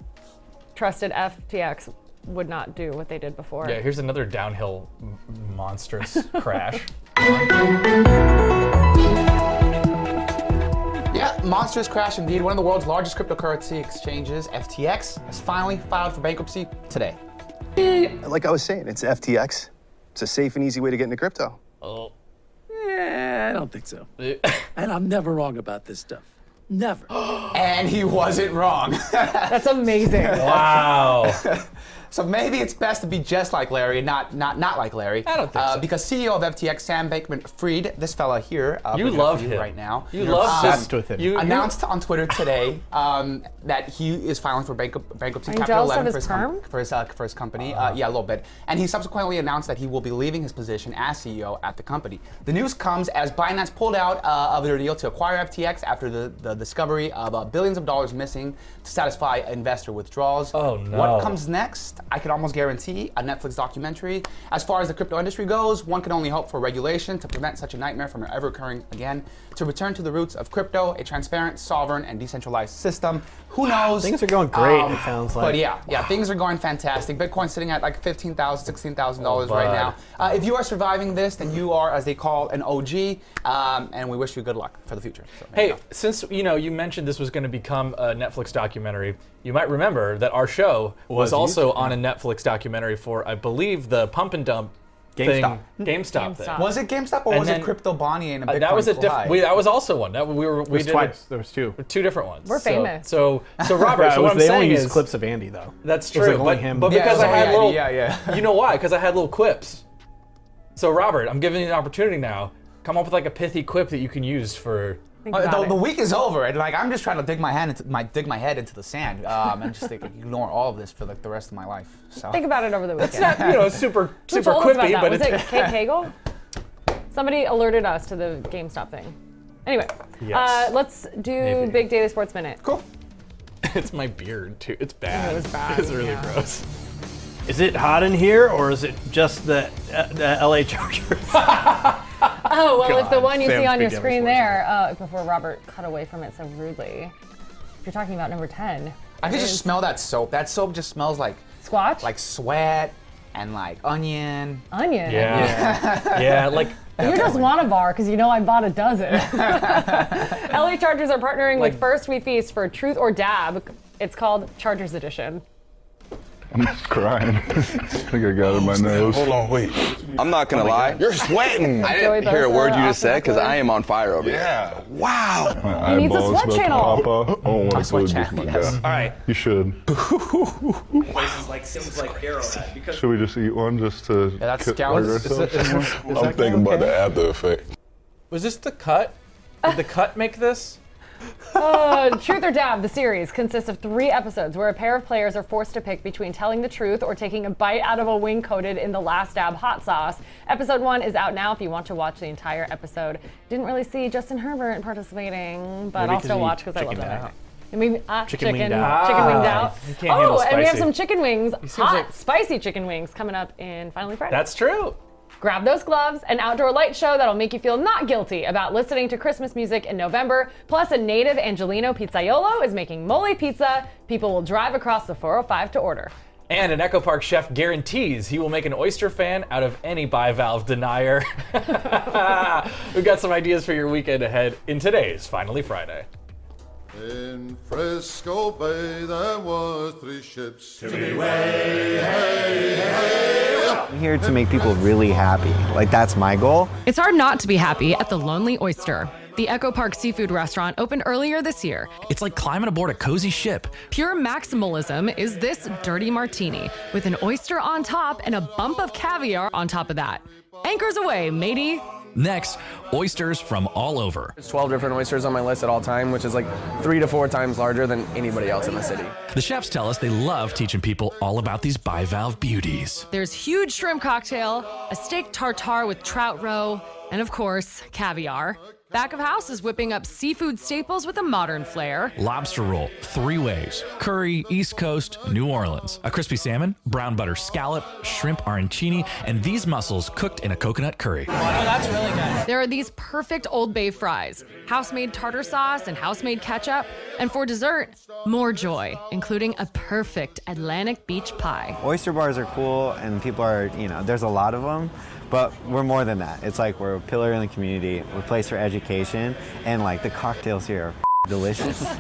Speaker 2: trusted FTX would not do what they did before.
Speaker 1: Yeah, here's another downhill m- monstrous crash.
Speaker 4: Yeah, monstrous crash indeed. One of the world's largest cryptocurrency exchanges, FTX, has finally filed for bankruptcy today.
Speaker 6: Like I was saying, it's FTX. It's a safe and easy way to get into crypto.
Speaker 1: Oh.
Speaker 7: Eh, I don't think so. And I'm never wrong about this stuff. Never.
Speaker 4: And he wasn't wrong.
Speaker 2: That's amazing.
Speaker 1: Wow.
Speaker 4: So maybe it's best to be just like Larry, and not not not like Larry.
Speaker 1: I don't think
Speaker 4: uh,
Speaker 1: so.
Speaker 4: Because CEO of FTX, Sam Bankman-Fried, this fella here, uh,
Speaker 1: You
Speaker 4: bringing it up
Speaker 1: love
Speaker 4: for you
Speaker 1: him
Speaker 4: right now. Um,
Speaker 1: You love him.
Speaker 5: obsessed with him.
Speaker 1: You, you-
Speaker 4: announced on Twitter today um, that he is filing for bankrup- bankruptcy.
Speaker 2: Are you
Speaker 4: Capital
Speaker 2: jealous of
Speaker 4: 11
Speaker 2: his
Speaker 4: for his, com-
Speaker 2: perm?
Speaker 4: for his, uh, for his company.
Speaker 5: Uh-huh.
Speaker 4: Uh, yeah, a little bit. And he subsequently announced that he will be leaving his position as CEO at the company. The news comes as Binance pulled out uh, of their deal to acquire FTX after the, the discovery of uh, billions of dollars missing to satisfy investor withdrawals.
Speaker 1: Oh, no.
Speaker 4: What comes next? I can almost guarantee a Netflix documentary. As far as the crypto industry goes, one can only hope for regulation to prevent such a nightmare from ever occurring again. To return to the roots of crypto, a transparent, sovereign, and decentralized system. Who knows?
Speaker 5: Things are going great, it sounds like.
Speaker 4: But yeah, yeah, things are going fantastic. Bitcoin's sitting at like $15,000, $16,000 right
Speaker 1: bud.
Speaker 4: now. Uh, if you are surviving this, then you are, as they call, an OG, um, and we wish you good luck for the future. So, there you
Speaker 1: Hey,
Speaker 4: go.
Speaker 1: since you know you mentioned this was going to become a Netflix documentary, you might remember that our show was,
Speaker 5: Was
Speaker 1: also on a Netflix documentary for, I believe, the pump and dump
Speaker 5: GameStop.
Speaker 1: thing, GameStop, thing.
Speaker 2: Mm-hmm. GameStop.
Speaker 4: was it GameStop or
Speaker 1: And
Speaker 4: was
Speaker 1: then-
Speaker 4: it Crypto Bonnie and a
Speaker 1: Uh,
Speaker 4: Bitcoin
Speaker 1: that was a
Speaker 4: collide?
Speaker 1: different. That was also one. That we were. We
Speaker 5: There's
Speaker 1: did
Speaker 5: twice. There was two.
Speaker 1: two different ones.
Speaker 2: We're
Speaker 1: So-
Speaker 2: famous.
Speaker 1: So, so, Robert.
Speaker 5: Yeah, it
Speaker 1: so
Speaker 5: was-
Speaker 1: what I'm
Speaker 5: they
Speaker 1: saying
Speaker 5: only
Speaker 1: is
Speaker 5: use clips of Andy though.
Speaker 1: that's
Speaker 5: It
Speaker 1: true.
Speaker 5: was, like, only
Speaker 1: but,
Speaker 5: him.
Speaker 1: but
Speaker 5: Yeah,
Speaker 4: it
Speaker 1: because
Speaker 4: was
Speaker 1: I
Speaker 4: only
Speaker 1: had
Speaker 4: Andy,
Speaker 1: little,
Speaker 4: yeah, yeah.
Speaker 1: you know why? Because I had little quips. So Robert, I'm giving you an opportunity now. Come up with like a pithy quip that you can use for.
Speaker 2: Think
Speaker 4: Uh,
Speaker 2: about
Speaker 4: the, the
Speaker 2: it.
Speaker 4: week is over, and like I'm just trying to dig my hand into my dig my head into the sand. Um, and just like, ignore all of this for like the rest of my life. So
Speaker 2: Think about it over the weekend.
Speaker 1: Not, you know, super,
Speaker 2: Who
Speaker 1: super
Speaker 2: told us about
Speaker 1: quippy,
Speaker 2: that?
Speaker 1: but
Speaker 2: was
Speaker 1: it's
Speaker 2: it Kate Hagel? Somebody alerted us to the GameStop thing. Anyway,
Speaker 1: Yes.
Speaker 2: uh, let's do
Speaker 1: Maybe.
Speaker 2: Big Daily Sports Minute.
Speaker 4: Cool.
Speaker 1: it's my beard too. It's bad.
Speaker 2: It was bad,
Speaker 1: It's really
Speaker 2: yeah.
Speaker 1: gross.
Speaker 5: Is it hot in here, or is it just the, uh, the LA Chargers?
Speaker 2: Oh, well, if the
Speaker 1: God,
Speaker 2: one you
Speaker 1: Sam's
Speaker 2: see on
Speaker 1: Big
Speaker 2: your
Speaker 1: Daily
Speaker 2: screen
Speaker 1: Sports
Speaker 2: there, uh, before Robert cut away from it so rudely, if you're talking about number 10,
Speaker 4: I could
Speaker 2: It
Speaker 4: just
Speaker 2: is.
Speaker 4: smell that soap. That soap just smells like
Speaker 2: Squatch?
Speaker 4: like sweat and like onion.
Speaker 2: onion.
Speaker 1: Yeah. yeah. Like
Speaker 2: You just want a bar because you know I bought a dozen. LA Chargers are partnering with First We Feast for Truth or Dab. It's called Chargers Edition.
Speaker 8: I'm just crying. I think I got it in my nose.
Speaker 9: Hold on, wait. Oh
Speaker 3: I'm not gonna lie. You're sweating. I didn't
Speaker 2: Joey
Speaker 3: hear a
Speaker 2: Bosa,
Speaker 3: word you just
Speaker 2: Austin
Speaker 3: said because
Speaker 2: Eckler.
Speaker 3: I am on fire over here.
Speaker 9: Yeah.
Speaker 3: Wow.
Speaker 8: My
Speaker 2: needs a
Speaker 8: eyeballs
Speaker 2: sweat
Speaker 8: about to
Speaker 2: channel.
Speaker 8: pop up. I don't want to
Speaker 4: sweat
Speaker 8: put this,
Speaker 4: channel,
Speaker 8: my
Speaker 4: yes.
Speaker 8: God.
Speaker 4: All
Speaker 8: right. You should.
Speaker 10: Places like Sims like Arrowhead because
Speaker 8: Should we just eat one just to yeah,
Speaker 4: that's
Speaker 8: cook,
Speaker 4: scallops.
Speaker 8: ourselves
Speaker 4: Is it-
Speaker 8: some more?
Speaker 4: that
Speaker 8: I'm thinking
Speaker 4: okay?
Speaker 8: about the after effect.
Speaker 1: was this the cut? Did the cut make this?
Speaker 2: Uh, truth or Dab, the series, consists of three episodes where a pair of players are forced to pick between telling the truth or taking a bite out of a wing coated in the last dab hot sauce. Episode one is out now if you want to watch the entire episode. Didn't really see Justin Herbert participating, but
Speaker 1: Maybe
Speaker 2: I'll
Speaker 1: 'cause
Speaker 2: still
Speaker 1: he
Speaker 2: watch because I love
Speaker 1: chickened
Speaker 2: that.
Speaker 1: out.
Speaker 2: I mean, uh, chicken,
Speaker 5: winged
Speaker 2: chicken,
Speaker 5: out.
Speaker 2: chicken winged
Speaker 1: Ah,
Speaker 2: out.
Speaker 1: you can't handle
Speaker 2: oh, and we
Speaker 1: spicy.
Speaker 2: have some chicken wings,
Speaker 1: seems
Speaker 2: hot,
Speaker 1: like-
Speaker 2: spicy chicken wings coming up in Finally Friday.
Speaker 1: That's true.
Speaker 2: Grab those gloves, an outdoor light show that'll make you feel not guilty about listening to Christmas music in November. Plus, a native Angelino pizzaiolo is making mole pizza. People will drive across the 405 to order.
Speaker 1: And an Echo Park chef guarantees he will make an oyster fan out of any bivalve denier. We've got some ideas for your weekend ahead in today's Finally Friday.
Speaker 11: In Frisco Bay there was three ships to be
Speaker 10: I'm here to make people really happy. Like that's my goal.
Speaker 2: It's hard not to be happy at the Lonely Oyster. The Echo Park seafood restaurant opened earlier this year.
Speaker 10: It's like climbing aboard a cozy ship.
Speaker 2: Pure maximalism is this dirty martini with an oyster on top and a bump of caviar on top of that. Anchors away, matey.
Speaker 10: Next, oysters from all over.
Speaker 3: There's 12 different oysters on my list at all time, which is like three to four times larger than anybody else in the city.
Speaker 10: The chefs tell us they love teaching people all about these bivalve beauties.
Speaker 2: There's huge shrimp cocktail, a steak tartare with trout roe, and of course, caviar. Back of house is whipping up seafood staples with a modern flair.
Speaker 10: Lobster roll, three ways. Curry, East Coast, New Orleans. A crispy salmon, brown butter scallop, shrimp arancini, and these mussels cooked in a coconut curry.
Speaker 2: There are these perfect Old Bay fries, house made tartar sauce, and house made ketchup. And for dessert, more joy, including a perfect Atlantic Beach pie.
Speaker 10: Oyster bars are cool, and people are, you know, there's a lot of them, but we're more than that. It's like we're a pillar in the community, we're a place for education, and like the cocktails here are f- delicious.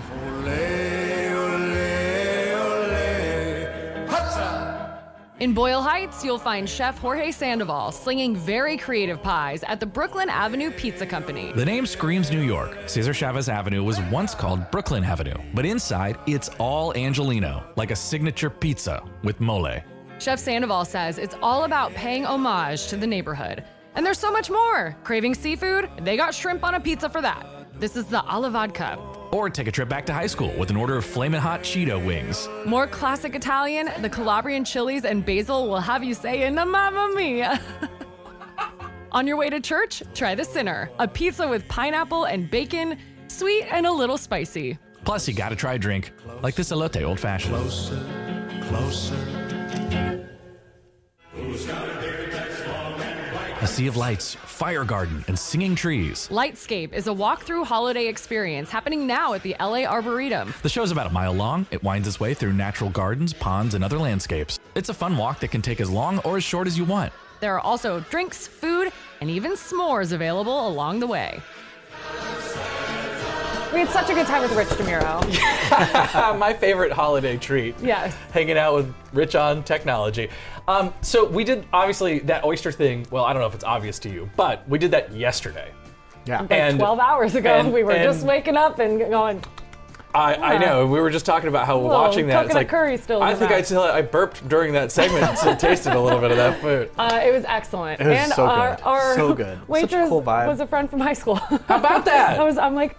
Speaker 2: In Boyle Heights, you'll find Chef Jorge Sandoval slinging very creative pies at the Brooklyn Avenue Pizza Company.
Speaker 10: The name screams New York. Cesar Chavez Avenue was once called Brooklyn Avenue, but inside, it's all Angelino, like a signature pizza with mole.
Speaker 2: Chef Sandoval says it's all about paying homage to the neighborhood. And there's so much more. Craving seafood? They got shrimp on a pizza for that. This is the Olivadca.
Speaker 10: Or take a trip back to high school with an order of flamin' hot Cheeto wings.
Speaker 2: More classic Italian, the Calabrian chilies and basil will have you saying Mamma Mia. On your way to church, try the Sinner, a pizza with pineapple and bacon, sweet and a little spicy.
Speaker 10: Plus, you gotta try a drink, like this elote old fashioned. A sea of lights, fire garden, and singing trees.
Speaker 2: Lightscape is a walk-through holiday experience happening now at the LA Arboretum.
Speaker 10: The show's about a mile long. It winds its way through natural gardens, ponds, and other landscapes. It's a fun walk that can take as long or as short as you want.
Speaker 2: There are also drinks, food, and even s'mores available along the way. We had such a good time with Rich DeMuro.
Speaker 1: Uh, my favorite holiday treat.
Speaker 2: Yes.
Speaker 1: Hanging out with Rich on technology. Um, so we did obviously that oyster thing. Well, I don't know if it's obvious to you, but we did that yesterday.
Speaker 5: Yeah.
Speaker 2: Like
Speaker 1: And-
Speaker 2: 12 hours ago,
Speaker 1: and-
Speaker 2: we were
Speaker 1: and-
Speaker 2: just waking up and going,
Speaker 1: I, I know. We were just talking about how watching that. It's
Speaker 2: coconut
Speaker 1: like
Speaker 2: curry still in
Speaker 1: I
Speaker 2: the
Speaker 1: think
Speaker 2: back.
Speaker 1: I tell I burped during that segment, so tasted a little bit of that food.
Speaker 2: uh, it was excellent.
Speaker 5: was
Speaker 2: and
Speaker 5: so good.
Speaker 2: our, our
Speaker 5: So good. Such a
Speaker 2: waitress
Speaker 5: cool vibe.
Speaker 2: was a friend from high school.
Speaker 1: How about that?
Speaker 2: I was, I'm like,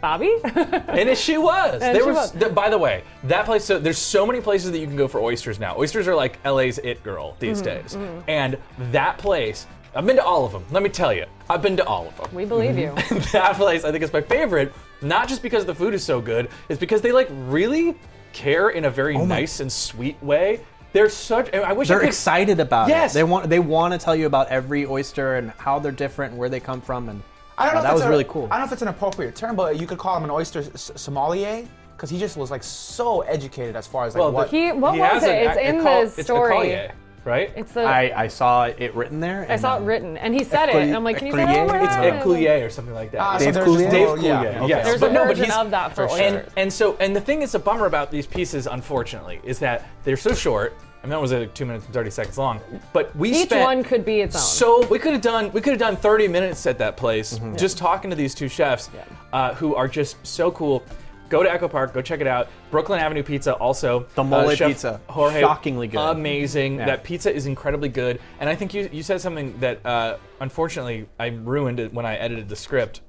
Speaker 2: Bobby?
Speaker 1: And if she was,
Speaker 2: And
Speaker 1: there
Speaker 2: she
Speaker 1: was.
Speaker 2: was.
Speaker 1: th- by the way, that place. So there's so many places
Speaker 2: Mm-hmm,
Speaker 1: that you can go for oysters now. Oysters are like LA's it girl these days, and that place I've been to all of them. Let me tell you, I've been to all of them.
Speaker 2: We believe you.
Speaker 5: Mm-hmm.
Speaker 1: that place I think is my favorite, not just because the food is so good, it's because they like really care in a very nice and sweet way. They're such. I wish I
Speaker 5: Oh They're
Speaker 1: could-
Speaker 5: excited about
Speaker 1: Yes.
Speaker 5: it. They want they want to tell you about every oyster and how they're different and where they come from and
Speaker 4: I don't know.
Speaker 5: uh,
Speaker 4: if
Speaker 5: that
Speaker 4: it's
Speaker 5: was
Speaker 4: a-
Speaker 5: really cool.
Speaker 4: I don't know if it's an appropriate term, but you could call him an oyster s- sommelier because he just was like so educated as far as like
Speaker 5: Well,
Speaker 4: what.
Speaker 2: He- what
Speaker 1: He has
Speaker 2: was it?
Speaker 1: an
Speaker 2: It's
Speaker 1: ac-
Speaker 2: in
Speaker 1: acol-
Speaker 2: the story.
Speaker 1: It's acolier, right?
Speaker 2: It's the
Speaker 5: I, I saw it written there.
Speaker 2: I saw it written, and he said it. And I'm like, can you say that?
Speaker 1: It's
Speaker 2: word?
Speaker 1: Ecoulier or something like that.
Speaker 2: Ah, so Dave
Speaker 1: Dave
Speaker 2: there's just-
Speaker 1: Coulier.
Speaker 2: oh, yeah, okay.
Speaker 1: yes.
Speaker 2: There's
Speaker 1: but
Speaker 2: a
Speaker 1: no, but
Speaker 2: version
Speaker 1: he's,
Speaker 2: of that for For
Speaker 1: and,
Speaker 2: oysters.
Speaker 1: and so, and the thing that's a bummer about these pieces, unfortunately, is that they're so short. And that was a two minutes and thirty seconds long. But we
Speaker 2: Each
Speaker 1: spent
Speaker 2: one could be its own.
Speaker 1: so we could have done we could have done 30 minutes at that place
Speaker 5: Mm-hmm.
Speaker 1: just talking to these two chefs uh, who are just so cool. Go to Echo Park, go check it out. Brooklyn Avenue Pizza also the
Speaker 5: mole pizza, shockingly good.
Speaker 1: amazing.
Speaker 5: Yeah.
Speaker 1: That pizza is incredibly good. And I think you you said something that uh, unfortunately I ruined it when I edited the script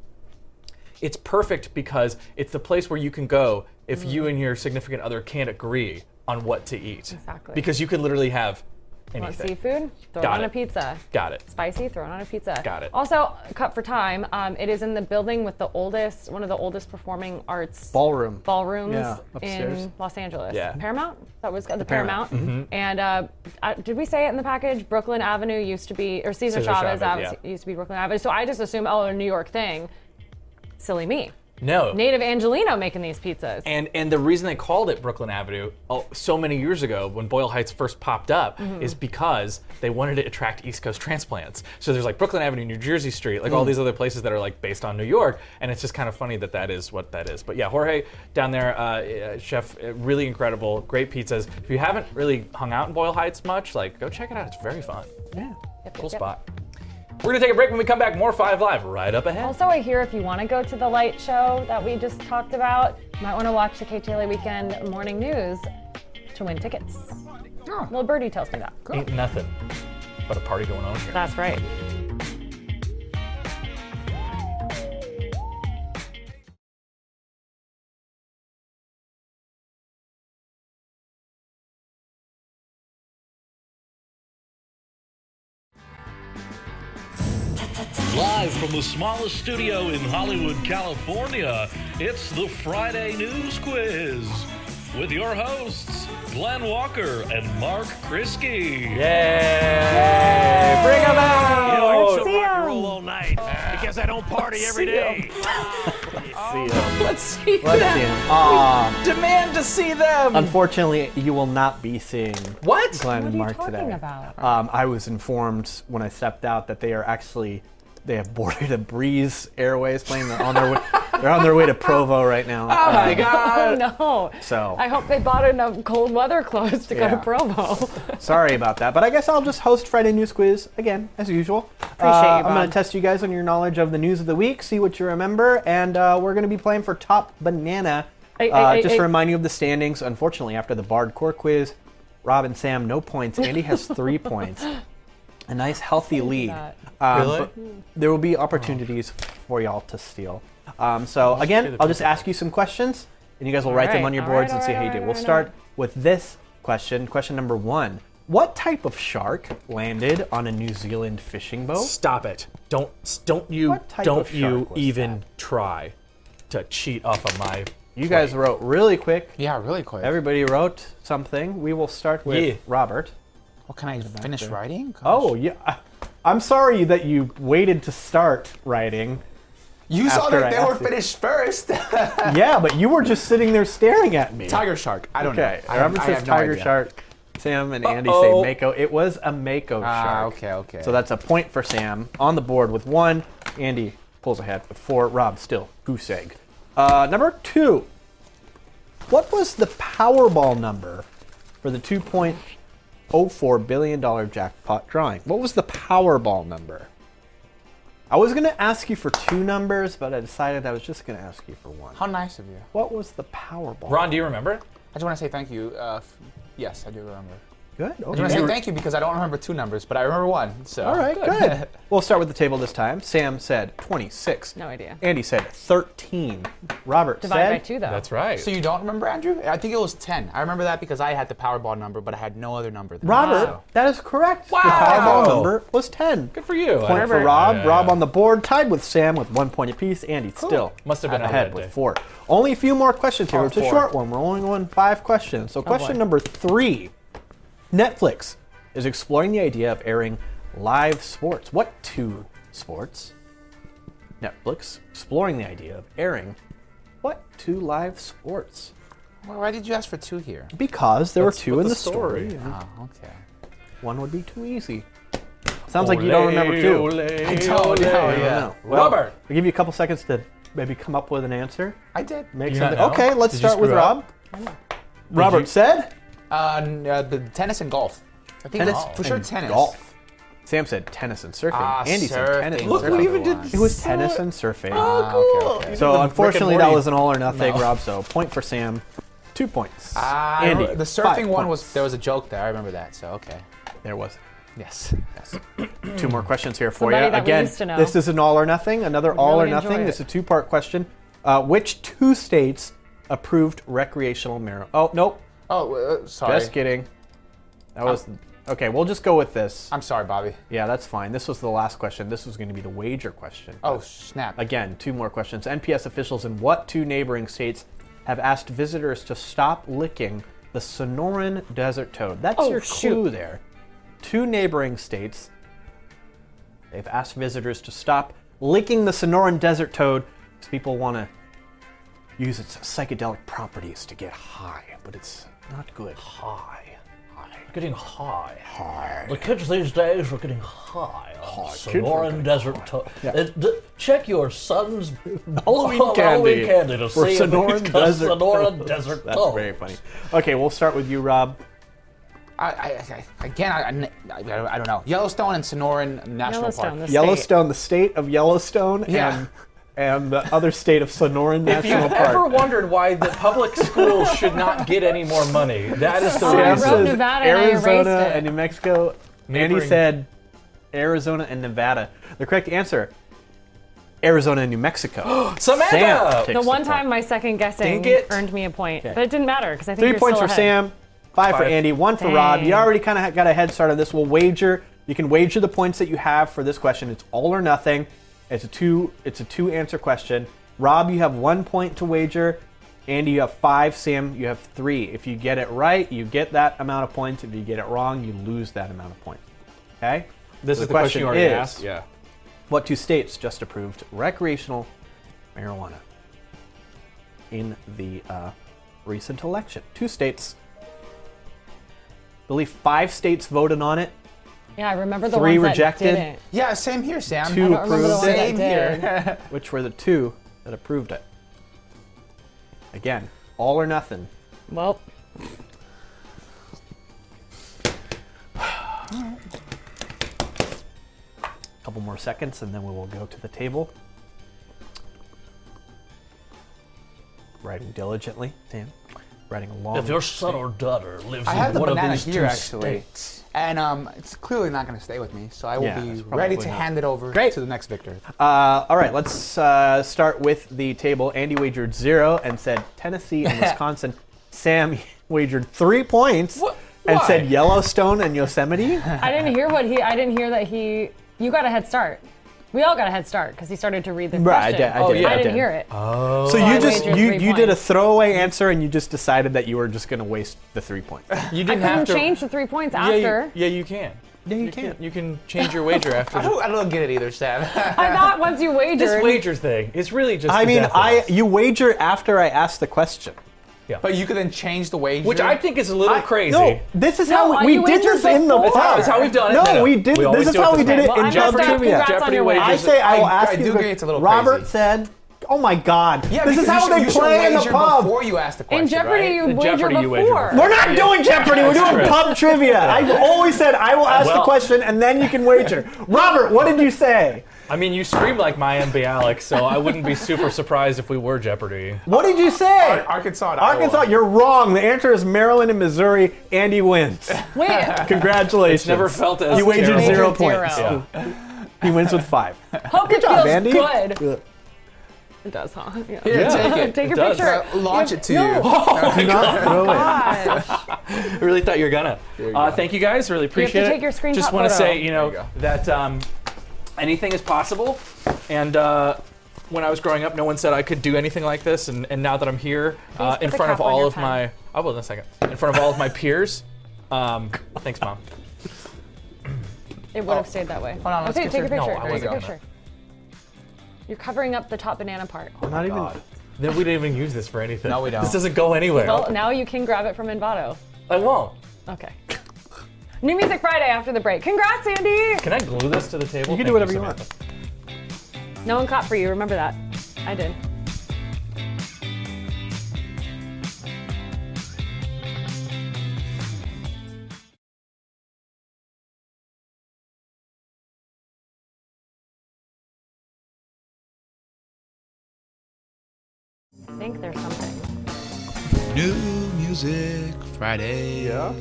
Speaker 1: it's perfect because it's the place where you can go if
Speaker 5: Mm-hmm.
Speaker 1: you and your significant other can't agree on what to eat.
Speaker 2: Exactly.
Speaker 1: Because you could literally have anything.
Speaker 2: Want seafood? Throw
Speaker 1: Got
Speaker 2: it on
Speaker 1: it.
Speaker 2: a pizza.
Speaker 1: Got it.
Speaker 2: Spicy? Throw it on a pizza.
Speaker 1: Got it.
Speaker 2: Also, cut for time. Um, it is in the building with the oldest, one of the oldest performing arts
Speaker 5: Ballroom.
Speaker 2: ballrooms
Speaker 5: Yeah, upstairs.
Speaker 2: in Los Angeles.
Speaker 5: Yeah.
Speaker 2: Paramount. That was uh, the, Paramount.
Speaker 5: Paramount.
Speaker 1: Mm-hmm.
Speaker 5: Mhm.
Speaker 2: And uh, I- did we say it in the package? Brooklyn Avenue used to be, or Cesar,
Speaker 1: Cesar
Speaker 2: Chavez,
Speaker 1: Chavez,
Speaker 2: Ave-
Speaker 1: yeah.
Speaker 2: used to be Brooklyn Avenue. So I just assume, oh, a New York thing. Silly me.
Speaker 1: No.
Speaker 2: Native Angelino making these pizzas.
Speaker 1: And and the reason they called it Brooklyn Avenue oh, so many years ago when Boyle Heights first popped up
Speaker 9: Mm-hmm.
Speaker 2: Mhm.
Speaker 1: is because they wanted to attract East Coast transplants. So there's like Brooklyn Avenue, New Jersey Street, like all
Speaker 5: Mm.
Speaker 1: these other places that are like based on New York, and it's just kind of funny that that is what that is. But yeah, Jorge down there, uh, uh, chef, uh, really incredible, great pizzas. If you haven't really hung out in Boyle Heights much, like go check it out. It's very fun.
Speaker 2: yeah.
Speaker 1: Cool spot. We're gonna take a break. When we come back, more Five Live right up ahead.
Speaker 2: Also, I hear if you want to go to the light show that we just talked about, you might want to watch the KTLA Weekend Morning News to win tickets. Little birdie tells me that.
Speaker 1: Ain't nothing but a party going on here.
Speaker 2: That's right.
Speaker 9: Live from the smallest studio in Hollywood, California, it's the Friday News Quiz with your hosts, Glenn Walker and Mark Krisky.
Speaker 1: Yay! Bring 'em out!
Speaker 9: You know, I used to
Speaker 1: See
Speaker 9: rock and
Speaker 1: 'em.
Speaker 9: roll all night because I don't party
Speaker 1: Let's
Speaker 9: every
Speaker 1: see
Speaker 9: day.
Speaker 5: Let's see them.
Speaker 1: Let's see
Speaker 5: Let's see them. Aw.
Speaker 1: Demand to see them.
Speaker 5: Unfortunately, you will not be seeing
Speaker 1: what
Speaker 5: Glenn and Mark today. Um, I was informed when I stepped out that they are actually they have boarded a Breeze Airways plane. They're on their way, they're on their way to Provo right now.
Speaker 2: Oh
Speaker 5: Um,
Speaker 2: my God! no.
Speaker 5: So-
Speaker 2: I hope they bought enough cold weather clothes to go
Speaker 5: Yeah.
Speaker 2: to Provo.
Speaker 5: Sorry about that, but I guess I'll just host Friday News Quiz again, as usual.
Speaker 2: Appreciate you,
Speaker 5: Uh, I'm going
Speaker 2: Bob.
Speaker 5: to test you guys on your knowledge of the news of the week, see what you remember, and uh, we're going to be playing for Top Banana.
Speaker 2: Hey,
Speaker 5: Uh,
Speaker 2: hey, hey,
Speaker 5: just
Speaker 2: hey.
Speaker 5: to remind you of the standings, unfortunately, after the Bard Core Quiz, Rob and Sam, no points. Andy has three points. A nice, healthy lead.
Speaker 2: that.
Speaker 4: Really?
Speaker 10: Um,
Speaker 5: but There will be opportunities for y'all to steal. Um, so, again, I'll just ask you some questions, and you guys will
Speaker 1: All
Speaker 5: write them
Speaker 1: right,
Speaker 5: on your
Speaker 1: all
Speaker 5: boards
Speaker 1: right,
Speaker 5: and
Speaker 1: all
Speaker 5: see
Speaker 1: right,
Speaker 5: how you
Speaker 1: all
Speaker 5: do.
Speaker 1: right,
Speaker 5: We'll
Speaker 1: all right,
Speaker 5: start with this question. Question number one What type of shark landed on a New Zealand fishing boat?
Speaker 1: Stop it. Don't don't you
Speaker 5: Oh. What type
Speaker 1: don't
Speaker 5: of shark
Speaker 1: you
Speaker 5: was
Speaker 1: even try to cheat off of my
Speaker 5: You guys wrote really quick.
Speaker 4: Yeah, really quick.
Speaker 5: Everybody wrote something. We will start with
Speaker 4: Yeah.
Speaker 5: Robert.
Speaker 4: Well, can I finish writing?
Speaker 5: Oh, yeah. I- I'm sorry that you waited to start writing.
Speaker 4: You saw
Speaker 5: after
Speaker 4: that
Speaker 5: I
Speaker 4: they were
Speaker 5: asked you.
Speaker 4: finished first.
Speaker 5: yeah, but you were just sitting there staring at me.
Speaker 4: Tiger shark. I don't know.
Speaker 5: okay.
Speaker 4: I-
Speaker 5: Robert
Speaker 4: I
Speaker 5: says
Speaker 4: have no
Speaker 5: tiger
Speaker 4: idea.
Speaker 5: shark. Sam and Andy
Speaker 4: Uh-oh.
Speaker 5: say mako. It was a mako
Speaker 4: Ah,
Speaker 5: shark.
Speaker 4: okay, okay.
Speaker 5: So that's a point for Sam on the board with one. Andy pulls ahead with four. Rob still goose egg. Uh, number two. What was the Powerball number for the 2.04 billion dollar jackpot drawing? What was the Powerball number? I was gonna ask you for two numbers, but I decided I was just gonna ask you for one.
Speaker 4: How nice of you.
Speaker 5: What was the Powerball?
Speaker 1: Ron, do you remember?
Speaker 4: I just want to say thank you. Uh, f- yes, I do remember.
Speaker 5: Good.
Speaker 4: I'm gonna say thank you because I don't remember two numbers, but I remember one. So
Speaker 5: All right, good. we'll start with the table this time. Sam said 26.
Speaker 2: No idea.
Speaker 5: Andy said 13. Robert said.
Speaker 4: So you don't remember Andrew? I think it was ten. I remember that because I had the Powerball number, but I had no other number. Than
Speaker 5: Robert,
Speaker 4: that,
Speaker 5: that is correct. Wow.
Speaker 4: Wow.
Speaker 5: Powerball number was 10. Good
Speaker 1: for you.
Speaker 5: Point for Rob. Rob on the board, tied with Sam with one point apiece. Andy still
Speaker 1: Must have been on
Speaker 5: ahead
Speaker 1: that
Speaker 5: with
Speaker 1: day.
Speaker 5: four. Only a few more questions here.
Speaker 1: Oh,
Speaker 5: It's a
Speaker 1: four.
Speaker 5: short one. We're only on five questions. So, question
Speaker 1: boy.
Speaker 5: number three Netflix is exploring the idea of airing live sports. What two sports? Netflix exploring the idea of airing what two live sports?
Speaker 4: Well, why did you ask for two here?
Speaker 5: Because there
Speaker 4: That's
Speaker 5: were two
Speaker 4: what
Speaker 5: in
Speaker 4: the
Speaker 5: the, story.
Speaker 4: story.
Speaker 5: and
Speaker 4: Ah, okay.
Speaker 5: One would be too easy. Sounds like you don't remember two.
Speaker 4: I don't know. Oh, Yeah.
Speaker 5: Well,
Speaker 4: Robert.
Speaker 5: I'll give you a couple seconds to maybe come up with an answer.
Speaker 4: I did.
Speaker 5: Make
Speaker 4: You
Speaker 5: something.
Speaker 4: not know?
Speaker 5: Okay, let's
Speaker 4: Did you
Speaker 5: start with
Speaker 4: screw up?
Speaker 5: Rob. Robert said?
Speaker 4: Uh, n- uh, the tennis and golf. I think
Speaker 5: Tennis
Speaker 4: it's for sure
Speaker 5: and
Speaker 4: tennis.
Speaker 5: golf. Sam said tennis and surfing.
Speaker 4: Ah,
Speaker 5: Andy said tennis.
Speaker 4: surfing
Speaker 5: and
Speaker 4: was Look, we
Speaker 5: surfing.
Speaker 4: even did
Speaker 5: It was
Speaker 4: so-
Speaker 5: tennis and surfing.
Speaker 4: Ah, Oh, okay, cool. okay. Even the
Speaker 5: So
Speaker 4: Rick
Speaker 5: unfortunately,
Speaker 4: and
Speaker 5: that
Speaker 4: Morty.
Speaker 5: was an all or nothing,
Speaker 4: No.
Speaker 5: Rob. So point for Sam, two points.
Speaker 4: Ah, I
Speaker 5: Andy,
Speaker 4: remember- the
Speaker 5: five
Speaker 4: surfing one
Speaker 5: points.
Speaker 4: was there was a joke there. I remember that. So okay.
Speaker 5: There was.
Speaker 4: Yes.
Speaker 5: Two more questions here for
Speaker 4: Somebody
Speaker 5: you.
Speaker 4: that we
Speaker 5: Again,
Speaker 4: used to know.
Speaker 5: this is an all or nothing. Another
Speaker 4: Would
Speaker 5: all
Speaker 4: really
Speaker 5: or nothing.
Speaker 4: enjoy
Speaker 5: This is a
Speaker 4: it.
Speaker 5: two-part question. Uh, which two states approved recreational marijuana? Oh nope.
Speaker 4: Oh, uh, sorry.
Speaker 5: Just kidding. That was okay. We'll just go with this. I'm
Speaker 4: sorry, Bobby.
Speaker 5: Yeah, that's fine. This was the last question. This was going to be the wager question.
Speaker 4: Oh, snap!
Speaker 5: Again, two more questions. NPS officials in what two neighboring states have asked visitors to stop licking the Sonoran Desert Toad? That's
Speaker 12: Oh,
Speaker 5: your
Speaker 12: shoot.
Speaker 5: clue there. Two neighboring states. They've asked visitors to stop licking the Sonoran Desert Toad because people want to use its psychedelic properties to get high, but it's not good. High.
Speaker 13: Getting high. High. The kids these days are getting high. on
Speaker 5: High. Kids are
Speaker 13: Sonoran Desert Toad. Uh, d- check your son's
Speaker 5: Halloween Oh, candy.
Speaker 13: candy to
Speaker 5: Or
Speaker 13: see
Speaker 5: Sonoran
Speaker 13: if it's
Speaker 5: Desert
Speaker 13: Sonoran
Speaker 5: Toad.
Speaker 13: Desert
Speaker 5: That's
Speaker 13: Toad.
Speaker 5: very funny. Okay, we'll start with you, Rob.
Speaker 4: I, I, I again, I, I, I don't know. Yellowstone and Sonoran National Park.
Speaker 5: Yellowstone, the state of Yellowstone,
Speaker 4: Yeah.
Speaker 5: and and the other state of Sonoran
Speaker 1: If you've
Speaker 5: National
Speaker 1: ever
Speaker 5: Park.
Speaker 1: wondered why the public schools should not get any more money, that is the
Speaker 5: Sam
Speaker 1: reason.
Speaker 5: says Arizona and New Mexico. Andy
Speaker 1: Neighboring-
Speaker 5: said Arizona and Nevada. The correct answer: Arizona and New Mexico. Sam takes
Speaker 2: the one
Speaker 5: point.
Speaker 2: time my second guessing
Speaker 5: Dang it.
Speaker 2: earned me a point, but it didn't matter because I think
Speaker 5: Three
Speaker 2: you're
Speaker 5: points
Speaker 2: still
Speaker 5: for
Speaker 2: ahead.
Speaker 5: Sam, five, for
Speaker 2: Five.
Speaker 5: Andy, one for Rob.
Speaker 2: Dang.
Speaker 5: You already kind of got a head start on this. We'll wager. You can wager the points that you have for this question. It's all or nothing. It's a two. It's a two-answer question. Rob, you have one point to wager. Andy, you have five. Sam, you have three. If you get it right, you get that amount of points. If you get it wrong, you lose that amount of points. Okay.
Speaker 1: This is the question you already asked, yeah.
Speaker 5: What two states just approved recreational marijuana? in the uh, recent election. Two states. I believe five states voted on it.
Speaker 2: Yeah, I remember the
Speaker 5: Three
Speaker 2: ones
Speaker 5: rejected.
Speaker 2: that didn't.
Speaker 4: Yeah, same here, Sam.
Speaker 5: Two approved it.
Speaker 4: Same here.
Speaker 5: which were the two that approved it. Again, all or nothing.
Speaker 2: Well.
Speaker 5: couple more seconds and then we will go to the table. Writing diligently, Sam. Writing along.
Speaker 13: If your son or daughter lives
Speaker 4: I
Speaker 13: in
Speaker 4: have the
Speaker 13: one of
Speaker 4: banana
Speaker 13: these
Speaker 4: here
Speaker 13: two
Speaker 4: actually,
Speaker 13: states,
Speaker 4: and um, it's clearly not going to stay with me, so I will
Speaker 5: Yeah,
Speaker 4: be
Speaker 5: it's
Speaker 4: ready to
Speaker 5: probably not.
Speaker 4: hand it over to the next victor.
Speaker 5: Uh, all right, let's uh, start with the table. Andy wagered zero and said Tennessee and Wisconsin. Sam wagered three points and
Speaker 2: Why?
Speaker 5: said Yellowstone and Yosemite.
Speaker 2: I didn't hear what he. I didn't hear that he. You got a head start. We all got a head start because he started to read the
Speaker 5: Right, I
Speaker 2: question.
Speaker 5: did. I, did,
Speaker 2: not
Speaker 5: did.
Speaker 2: hear it.
Speaker 5: Oh.
Speaker 2: So
Speaker 5: So
Speaker 2: I
Speaker 5: you just
Speaker 2: wagered
Speaker 5: you,
Speaker 2: three
Speaker 5: you did a throwaway answer and you just decided that you were just going to waste the three points.
Speaker 1: You
Speaker 2: I
Speaker 1: didn't
Speaker 2: couldn't
Speaker 1: have to
Speaker 2: change the three points
Speaker 1: Yeah, you-
Speaker 2: after.
Speaker 1: Yeah, you can.
Speaker 5: Yeah,
Speaker 1: you, can. You can change your wager after.
Speaker 4: I don't, I don't get it either, Sam.
Speaker 2: I thought once you wagered.
Speaker 1: this wager thing is really just.
Speaker 5: I
Speaker 1: the
Speaker 5: mean,
Speaker 1: death of
Speaker 5: I you wager after I ask the question.
Speaker 1: Yeah.
Speaker 4: But you could then change the wager.
Speaker 1: Which I think is a little
Speaker 5: I-
Speaker 1: crazy.
Speaker 5: No, this is how we did this in the
Speaker 1: That's how,
Speaker 5: past.
Speaker 1: that's how we've done it.
Speaker 5: No,
Speaker 1: no.
Speaker 5: we did.
Speaker 1: always
Speaker 5: this is
Speaker 1: do it
Speaker 5: how we
Speaker 1: this
Speaker 5: did
Speaker 1: way.
Speaker 5: it in Jeopardy.
Speaker 1: Jeopardy.
Speaker 5: I say I will ask you. the- Robert said Oh my God!
Speaker 4: Yeah,
Speaker 5: this is
Speaker 4: because
Speaker 5: how
Speaker 4: you
Speaker 5: they
Speaker 4: should- you should
Speaker 5: play in the
Speaker 4: wager
Speaker 5: pub.
Speaker 4: before you ask the In question,
Speaker 2: Jeopardy, right? you In wager Jeopardy, you wager before. before.
Speaker 5: We're not doing Jeopardy. We're
Speaker 2: That's
Speaker 5: doing
Speaker 2: true.
Speaker 5: pub trivia. I've always said I will ask the
Speaker 1: Well-
Speaker 5: question and then you can wager. Robert, what did you say?
Speaker 1: I mean, you scream like my MB Alex, so I wouldn't be super surprised if we were Jeopardy.
Speaker 5: What did you say?
Speaker 4: Arkansas.
Speaker 5: Arkansas, you're wrong. The answer is Maryland and Missouri. Andy wins.
Speaker 2: Wait.
Speaker 5: Congratulations.
Speaker 1: It's never felt as
Speaker 5: He wagered
Speaker 1: terrible.
Speaker 5: zero
Speaker 1: Wagered
Speaker 5: points.
Speaker 1: zero.
Speaker 5: He wins with five.
Speaker 2: Hope it
Speaker 5: job,
Speaker 2: feels
Speaker 5: Andy.
Speaker 2: good.
Speaker 5: Good.
Speaker 2: It does, huh? Yeah.
Speaker 5: Here, take it.
Speaker 2: take
Speaker 1: It
Speaker 2: a
Speaker 1: does.
Speaker 2: picture.
Speaker 1: Uh, launch
Speaker 2: Yeah,
Speaker 1: it to
Speaker 2: no.
Speaker 1: you.
Speaker 2: Oh,
Speaker 1: Do not throw it.
Speaker 2: God.
Speaker 1: I really thought you were gonna. Uh, thank you guys. Really
Speaker 2: to
Speaker 1: appreciate it.
Speaker 2: take your screenshot
Speaker 1: Just want to
Speaker 2: photo.
Speaker 1: say, you know,
Speaker 2: There you go.
Speaker 1: that um, anything is possible. And uh, when I was growing up, no one said I could do anything like this. And, and now that I'm here, uh,
Speaker 13: put
Speaker 1: in
Speaker 13: the
Speaker 1: front
Speaker 13: cap
Speaker 1: of
Speaker 13: on
Speaker 1: all
Speaker 13: your
Speaker 1: of
Speaker 13: pen.
Speaker 1: my, I will in a second. In front of all of my peers. Um, thanks, mom.
Speaker 2: It would have stayed that way. Hold
Speaker 4: Oh, on, let's
Speaker 2: take,
Speaker 4: get
Speaker 2: take a
Speaker 4: your-
Speaker 2: picture.
Speaker 4: No, I
Speaker 2: take
Speaker 4: wasn't
Speaker 2: a
Speaker 4: gonna.
Speaker 2: picture. You're covering up the top banana part.
Speaker 4: Oh,
Speaker 5: not even.
Speaker 1: Then we didn't even use this for anything.
Speaker 4: No, we don't.
Speaker 1: This doesn't go anywhere.
Speaker 2: Well, now you can grab it from Envato.
Speaker 1: I won't.
Speaker 2: Okay. New Music Friday after the break. Congrats, Andy!
Speaker 1: Can I glue this to the table?
Speaker 2: You can do whatever you want. No one clapped for you. Remember that. I did. I think there's something.
Speaker 12: New Music Friday. Yeah.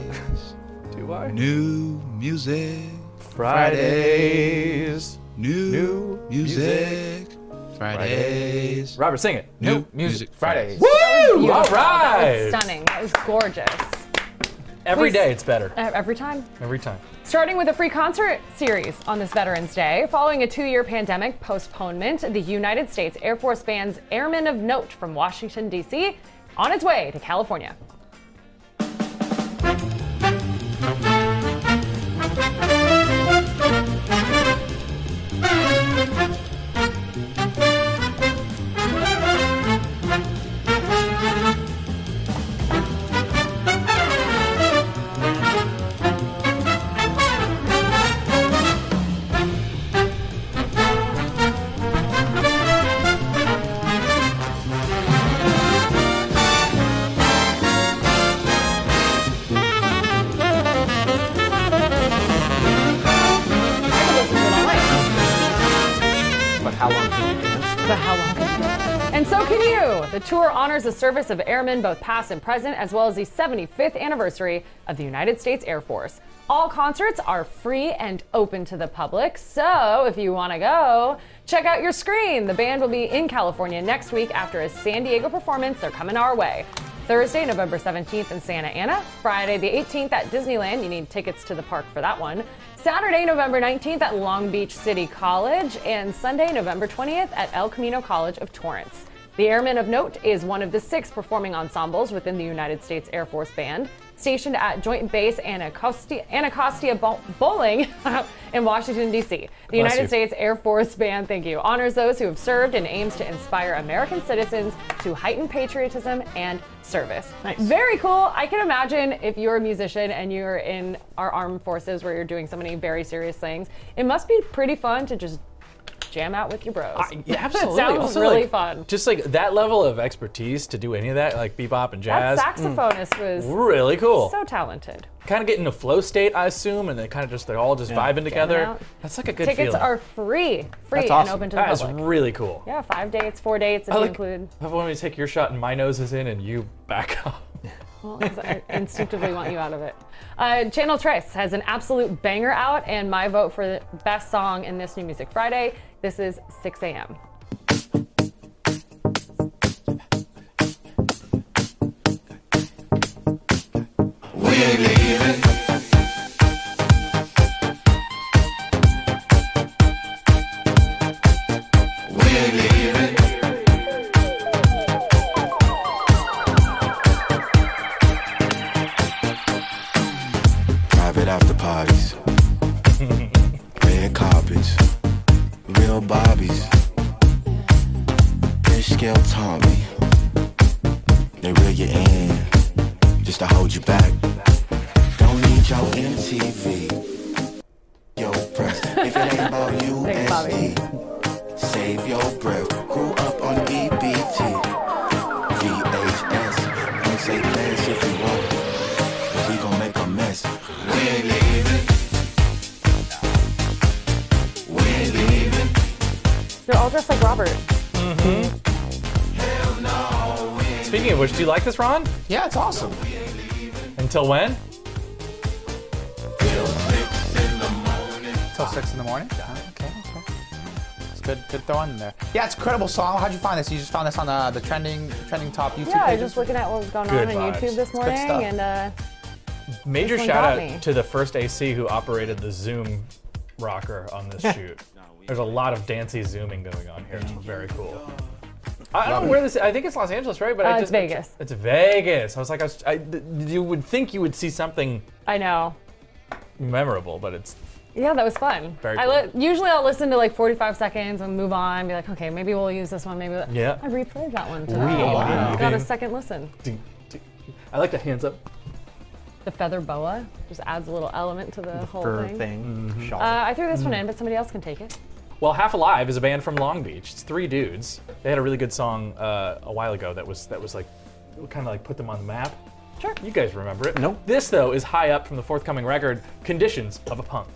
Speaker 1: Do I?
Speaker 12: New Music
Speaker 1: Fridays.
Speaker 12: New, Music Fridays.
Speaker 1: Robert, sing it.
Speaker 12: New, Music Fridays.
Speaker 1: Woo! All
Speaker 2: Beautiful. That was
Speaker 1: right.
Speaker 2: stunning. That was gorgeous.
Speaker 1: Every
Speaker 2: Every
Speaker 1: day
Speaker 2: day
Speaker 1: it's better.
Speaker 2: E- Every time.
Speaker 1: Every time.
Speaker 2: Starting with a free concert series on this Veterans Day. Following a two year pandemic postponement, the United States Air Force bans Airmen of Note from Washington, D.C., on its way to California.
Speaker 4: But how long can you do this?
Speaker 2: But how long? And so can you! The tour honors the service of airmen, both past and present, as well as the 75th anniversary of the United States Air Force. All concerts are free and open to the public, so if you want to go, check out your screen. The band will be in California next week after a San Diego performance. They're coming our way. Thursday, November 17th in Santa Ana. Friday, the 18th at Disneyland. You need tickets to the park for that one. Saturday, November 19th at Long Beach City College. And Sunday, November 20th at El Camino College of Torrance. The Airmen of Note is one of the six performing ensembles within the United States Air Force Band, stationed at Joint Base Anacostia, Anacostia Bo- Bowling in Washington, D.C. The
Speaker 14: Bless
Speaker 2: United
Speaker 14: you.
Speaker 2: States Air Force Band, thank you, honors those who have served and aims to inspire American citizens to heighten patriotism and service. Nice. Very cool. I can imagine if you're a musician and you're in our armed forces where you're doing so many very serious things, it must be pretty fun to just jam out with your bros.
Speaker 1: Yeah, absolutely.
Speaker 2: That sounds
Speaker 1: Also,
Speaker 2: really
Speaker 1: like,
Speaker 2: fun.
Speaker 1: Just like that level of expertise to do any of that, like bebop and jazz.
Speaker 2: That saxophonist was
Speaker 1: Really cool.
Speaker 2: So talented.
Speaker 1: Kind of get in a flow state, I assume, and they kind of just they're all just vibing
Speaker 2: Jamming
Speaker 1: together.
Speaker 2: out.
Speaker 1: That's like a good
Speaker 2: Tickets
Speaker 1: feeling.
Speaker 2: are free, free
Speaker 1: That's awesome.
Speaker 2: and open to
Speaker 1: That
Speaker 2: the
Speaker 1: is
Speaker 2: public.
Speaker 1: really cool.
Speaker 2: yeah, five dates, four dates if
Speaker 1: I
Speaker 2: you
Speaker 1: like-
Speaker 2: include.
Speaker 1: Have one of you take your shot and my nose is in and you back up.
Speaker 2: Well, I instinctively want you out of it. Uh, Channel Trace has an absolute banger out, and my vote for the best song in this New Music Friday. This is 6 a.m.
Speaker 15: Private after parties. Red carpets. Real Bobbies. Fish scale Tommy. They reel you in just to hold you back. Don't need your MTV. Your breath. If it ain't about you,
Speaker 2: Thanks, Bobby.
Speaker 15: save your breath. Grew up on E.
Speaker 2: They're all dressed like Robert.
Speaker 1: Mm-hmm. Speaking of which, do you like this, Ron?
Speaker 4: Yeah, it's awesome.
Speaker 1: Until when?
Speaker 4: Till six in the morning. Okay, okay. It's good, good throwing in there. Yeah, it's an incredible song. How'd you find this? You just found this on uh, the, the trending, trending top YouTube.
Speaker 2: yeah, I was
Speaker 4: pages?
Speaker 2: just looking at what was going
Speaker 1: Good
Speaker 2: on on
Speaker 1: vibes.
Speaker 2: YouTube
Speaker 1: It's
Speaker 2: this
Speaker 1: good
Speaker 2: morning,
Speaker 1: stuff.
Speaker 2: and uh,
Speaker 1: Major
Speaker 2: This one
Speaker 1: shout
Speaker 2: got
Speaker 1: out
Speaker 2: me.
Speaker 1: to the first AC who operated the Zoom rocker on this shoot. There's a lot of dancey zooming going on here. It's very cool. I I don't know where this. I think it's Los Angeles, right? But
Speaker 2: Uh,
Speaker 1: I
Speaker 2: it's
Speaker 1: just,
Speaker 2: Vegas.
Speaker 1: It's Vegas. I was like, I, was, I th- you would think you would see something
Speaker 2: I know.
Speaker 1: memorable, but it's
Speaker 2: Yeah, that was fun.
Speaker 1: Very
Speaker 2: I
Speaker 1: cool.
Speaker 2: li- usually I'll listen to like 45 seconds and move on. and Be like, okay, maybe we'll use this one. Maybe that.
Speaker 1: Yeah.
Speaker 2: I replayed that one
Speaker 1: We
Speaker 2: today.
Speaker 1: are
Speaker 2: Got a
Speaker 1: moving.
Speaker 2: second listen.
Speaker 1: I like the hands up.
Speaker 2: The feather boa just adds a little element to the, whole
Speaker 1: fur
Speaker 2: thing.
Speaker 1: thing,
Speaker 4: Mm-hmm.
Speaker 1: Mhm. shawl.
Speaker 2: Uh, I threw this one
Speaker 1: Mm.
Speaker 2: in, but somebody else can take it.
Speaker 1: Well, Half Alive is a band from Long Beach. It's three dudes. They had a really good song uh, a while ago that was that was like kind of like put them on the map.
Speaker 2: Sure.
Speaker 1: You guys remember it? Nope. This though is high up from the forthcoming record, Conditions of a Punk.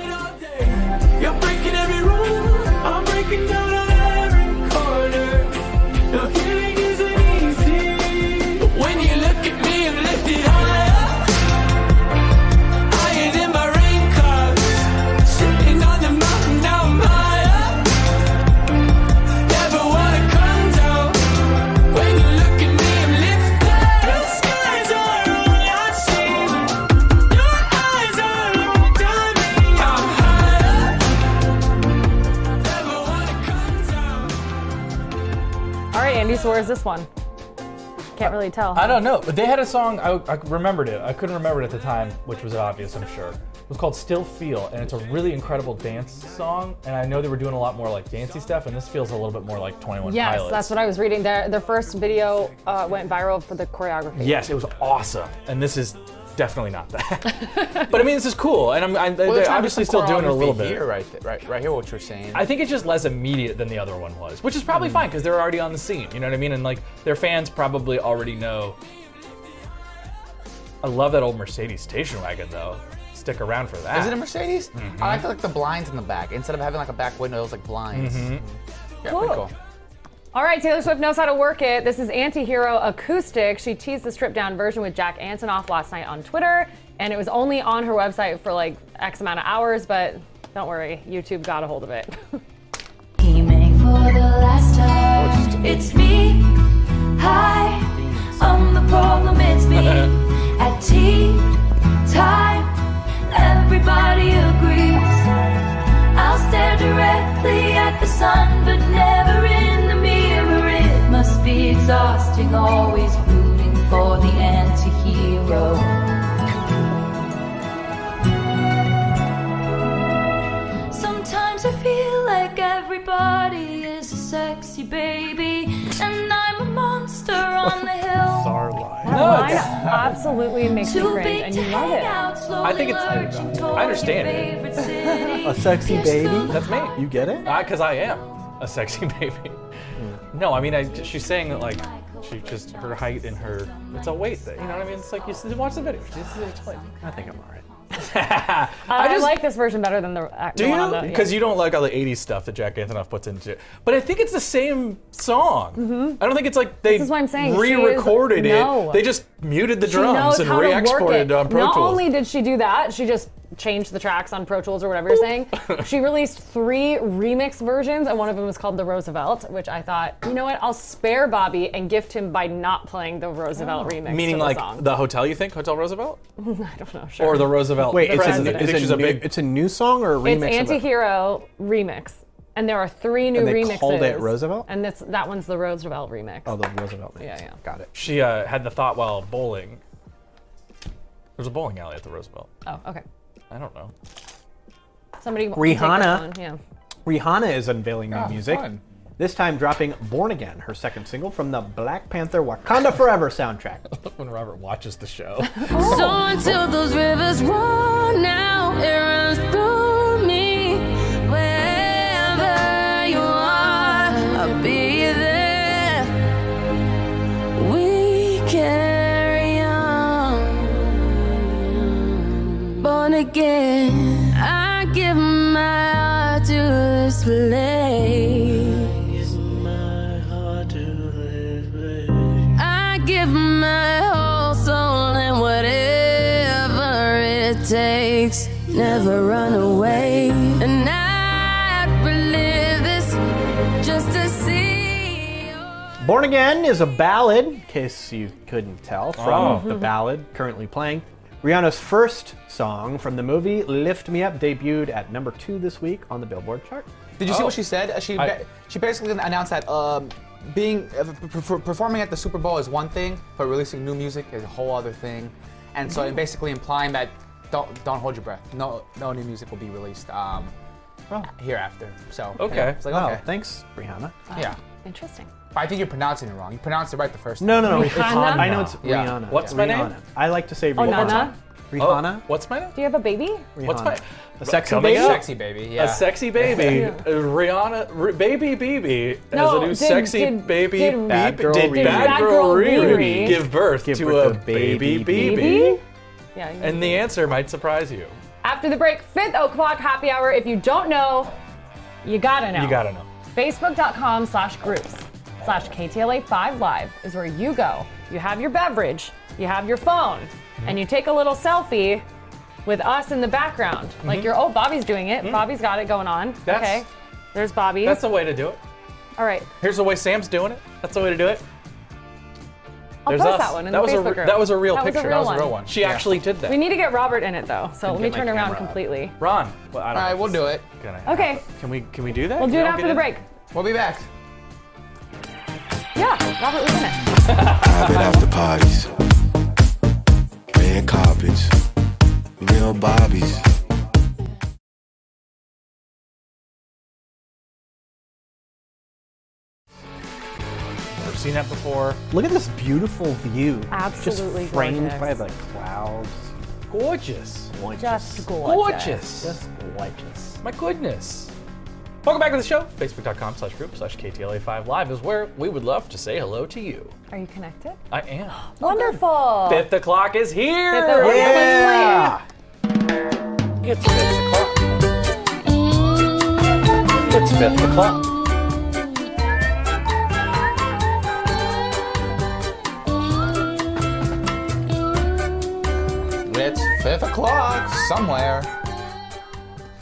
Speaker 14: You're breaking every rule. I'm breaking down on every corner. No healing isn't easy. But when you look at me, I'm lifted higher. Higher than my rain clouds. Sitting on the mountain, now I'm higher. Never wanna come down. When you look at me, I'm lifted. The skies are all I see. Your eyes are all diamond. I'm higher.
Speaker 2: All right, Andy, so where's this one? Can't really tell.
Speaker 1: I don't know, but they had a song. I, I remembered it. I couldn't remember it at the time, which was obvious, I'm sure. It was called Still Feel, and it's a really incredible dance song. And I know they were doing a lot more like dancey stuff, and this feels a little bit more like 21
Speaker 2: Yes,
Speaker 1: Pilots.
Speaker 2: that's what I was reading. Their, their first video uh, went viral for the choreography.
Speaker 1: Yes, it was awesome, and this is definitely not that. but I mean, this is cool, and I'm, I'm
Speaker 4: Well,
Speaker 1: they're
Speaker 4: trying to do
Speaker 1: obviously still
Speaker 4: some
Speaker 1: doing it a
Speaker 4: choreography
Speaker 1: little bit.
Speaker 4: Here, right, th- right, right here, what you're saying.
Speaker 1: I think it's just less immediate than the other one was, which is probably
Speaker 4: Hmm.
Speaker 1: fine because they're already on the scene. You know what I mean? And like their fans probably already know. I love that old Mercedes station wagon though. Stick around for that.
Speaker 4: Is it a Mercedes? I like the, like the blinds in the back. Instead of having like a back window, it was like blinds.
Speaker 1: Mhm.
Speaker 4: Yeah, pretty cool.
Speaker 2: All right, Taylor Swift knows how to work it. This is Antihero Acoustic. She teased the stripped down version with Jack Antonoff last night on Twitter, and it was only on her website for like X amount of hours, but don't worry, YouTube got a hold of it.
Speaker 14: For the last time, it's me. Hi, I'm the problem. It's me. At tea time, everybody agrees. I'll stare directly at the sun, but never in the mirror. It must be exhausting, always rooting for the anti-hero. Sometimes I feel like everybody is a sexy baby, and I'm a monster on the hill.
Speaker 2: That line absolutely makes me
Speaker 14: Too
Speaker 2: cringe,
Speaker 14: big
Speaker 2: and
Speaker 14: to
Speaker 2: you love
Speaker 14: hang
Speaker 2: it.
Speaker 14: out,
Speaker 1: I think
Speaker 14: slowly
Speaker 1: it's.
Speaker 14: lurching toward
Speaker 1: I understand
Speaker 14: your
Speaker 1: it.
Speaker 14: favorite city.
Speaker 1: A sexy
Speaker 14: Pierced
Speaker 1: baby?
Speaker 14: through the
Speaker 1: That's me. You get it? Because I am a sexy baby. No, I mean, I, she's saying that like she just her height and her it's a weight thing. You know what I mean? It's like you s- watch the video. Just explain. I think I'm alright.
Speaker 2: I, Uh, like this version better than the. Uh,
Speaker 1: Do
Speaker 2: the
Speaker 1: you?
Speaker 2: one on the- yeah.
Speaker 1: Because you don't like all the '80s stuff that Jack Antonoff puts into it. But I think it's the same song. I don't think it's like they
Speaker 2: Mm-hmm. This is what I'm saying. She is-
Speaker 1: re-recorded it.
Speaker 2: No.
Speaker 1: They just muted the
Speaker 2: She
Speaker 1: drums
Speaker 2: knows
Speaker 1: and
Speaker 2: how to work
Speaker 1: re-exported it on Pro
Speaker 2: Not
Speaker 1: Tools.
Speaker 2: only did she do that, she just changed the tracks on Pro Tools or whatever you're saying. she released three remix versions, and one of them was called the Roosevelt, which I thought, you know what? I'll spare Bobby and gift him by not playing the Roosevelt remix.
Speaker 1: Oh. Meaning
Speaker 2: of the
Speaker 1: like
Speaker 2: song.
Speaker 1: the hotel, you think Hotel Roosevelt,
Speaker 2: I don't know. Sure.
Speaker 1: or the Roosevelt?
Speaker 5: Wait, it's, a,
Speaker 1: President. I
Speaker 5: it's,
Speaker 1: think she's
Speaker 5: a,
Speaker 1: a
Speaker 5: new,
Speaker 1: big.
Speaker 5: it's a new song or a remix?
Speaker 2: It's
Speaker 5: of it?
Speaker 2: Antihero remix, and there are three new
Speaker 5: And they
Speaker 2: remixes.
Speaker 5: called it Roosevelt?
Speaker 2: and that's that one's the Roosevelt remix.
Speaker 1: Oh, the Roosevelt.
Speaker 2: Yeah, yeah.
Speaker 1: Got it. She uh, had the thought while bowling. There's a bowling alley at the Roosevelt.
Speaker 2: Oh, okay.
Speaker 1: I don't know.
Speaker 2: Somebody can take this
Speaker 5: Rihanna.
Speaker 2: one, Yeah.
Speaker 5: Rihanna is unveiling new
Speaker 2: Ah,
Speaker 5: music.
Speaker 2: fun.
Speaker 5: This time dropping Born Again, her second single from the Black Panther Wakanda Forever soundtrack.
Speaker 1: when Robert watches the show.
Speaker 14: So until those rivers run out, it runs through me. Wherever you are, I'll be there. We carry on. Born again.
Speaker 16: again. I give my heart to this place. I give my whole soul and whatever it takes. Never run away. And I'd relive this just to see.
Speaker 5: Born Again is a ballad, in case you couldn't tell from
Speaker 16: Oh.
Speaker 5: the ballad currently playing. Rihanna's first song from the movie Lift Me Up debuted at number two this week on the Billboard chart.
Speaker 4: Did you see what she said? Uh, She
Speaker 5: Oh. I-
Speaker 4: ba- she basically announced that um, being uh, p- p- performing at the Super Bowl is one thing, but releasing new music is a whole other thing, and so
Speaker 2: Mm.
Speaker 4: it basically implying that don't don't hold your breath. No no new music will be released um, hereafter. So
Speaker 5: Oh. Okay.
Speaker 4: yeah, it's like,
Speaker 5: Wow,
Speaker 4: okay.
Speaker 5: thanks, Rihanna.
Speaker 4: Yeah,
Speaker 2: Interesting.
Speaker 4: but I think you're pronouncing it wrong. You pronounced it right the first time.
Speaker 5: No, no, no. It's Rihanna. I know it's Rihanna.
Speaker 1: What's my name?
Speaker 5: Rihanna. I like to say
Speaker 1: Oh,
Speaker 5: Rihanna.
Speaker 1: Nana?
Speaker 5: Rihanna.
Speaker 1: What's my name?
Speaker 2: Do you have a baby?
Speaker 1: What's my
Speaker 5: A sexy
Speaker 1: Coming
Speaker 5: baby?
Speaker 1: up.
Speaker 5: Sexy baby, yeah.
Speaker 1: A sexy baby.
Speaker 2: Yeah.
Speaker 1: Uh, Rihanna, R- baby BB,
Speaker 2: No,
Speaker 1: as a new
Speaker 2: did-
Speaker 1: sexy
Speaker 2: did-
Speaker 1: baby.
Speaker 2: did Bad
Speaker 1: Bebe-
Speaker 2: Girl
Speaker 1: did
Speaker 2: Riri.
Speaker 1: bad
Speaker 2: Bad
Speaker 1: girl
Speaker 2: Girl
Speaker 1: Riri
Speaker 2: Riri.
Speaker 1: give birth
Speaker 5: Give
Speaker 1: to
Speaker 5: birth
Speaker 1: a
Speaker 5: to
Speaker 1: baby
Speaker 5: Baby
Speaker 1: BB?
Speaker 2: Yeah. you-
Speaker 1: And the answer might surprise you.
Speaker 2: After the break, fifth o'clock happy hour. If you don't know, you gotta know.
Speaker 1: You gotta know.
Speaker 2: Facebook.com slash groups slash KTLA5 Live is where you go. You have your beverage, you have your phone,
Speaker 1: Mm-hmm.
Speaker 2: and you take a little selfie with us in the background. Like
Speaker 1: Mhm.
Speaker 2: your, oh, Bobby's doing it. Bobby's got it going on.
Speaker 1: Mm-hmm. That's-
Speaker 2: okay. There's Bobby.
Speaker 1: That's the way to do it.
Speaker 2: All right.
Speaker 1: Here's the way Sam's doing it. That's the way to do it.
Speaker 2: I'll
Speaker 1: There's
Speaker 2: post
Speaker 1: us.
Speaker 2: that one in
Speaker 1: That
Speaker 2: the
Speaker 1: was a
Speaker 2: Facebook
Speaker 1: re-
Speaker 2: group.
Speaker 1: that was a real
Speaker 2: That
Speaker 1: picture. That was a real one. She actually did that.
Speaker 2: We need to get Robert in it though. So
Speaker 1: Couldn't
Speaker 2: let me
Speaker 1: get my
Speaker 2: turn around
Speaker 1: camera up.
Speaker 2: completely.
Speaker 1: Ron. Well, I don't
Speaker 4: All right, we'll do it.
Speaker 2: Okay.
Speaker 1: Can we can we do that?
Speaker 2: We'll do it
Speaker 1: Can we all
Speaker 2: after
Speaker 1: get
Speaker 2: the
Speaker 1: in?
Speaker 2: break.
Speaker 4: We'll be back.
Speaker 2: Yeah, Robert was in it.
Speaker 15: Private after parties. Red carpets. Real bobbies.
Speaker 1: Never seen that before.
Speaker 5: Look at this beautiful view.
Speaker 2: Absolutely
Speaker 5: Just framed
Speaker 2: gorgeous.
Speaker 5: by the clouds.
Speaker 1: Gorgeous. gorgeous.
Speaker 2: Just gorgeous.
Speaker 1: Just gorgeous. My goodness. Welcome back to the show. Facebook.com slash group slash KTLA5 Live is where we would love to say hello to you.
Speaker 2: Are you connected?
Speaker 1: I am.
Speaker 2: Wonderful.
Speaker 1: Fifth o'clock is here.
Speaker 2: Fifth o'clock is Yeah.
Speaker 1: It's fifth o'clock. It's fifth o'clock.
Speaker 4: It's fifth o'clock somewhere.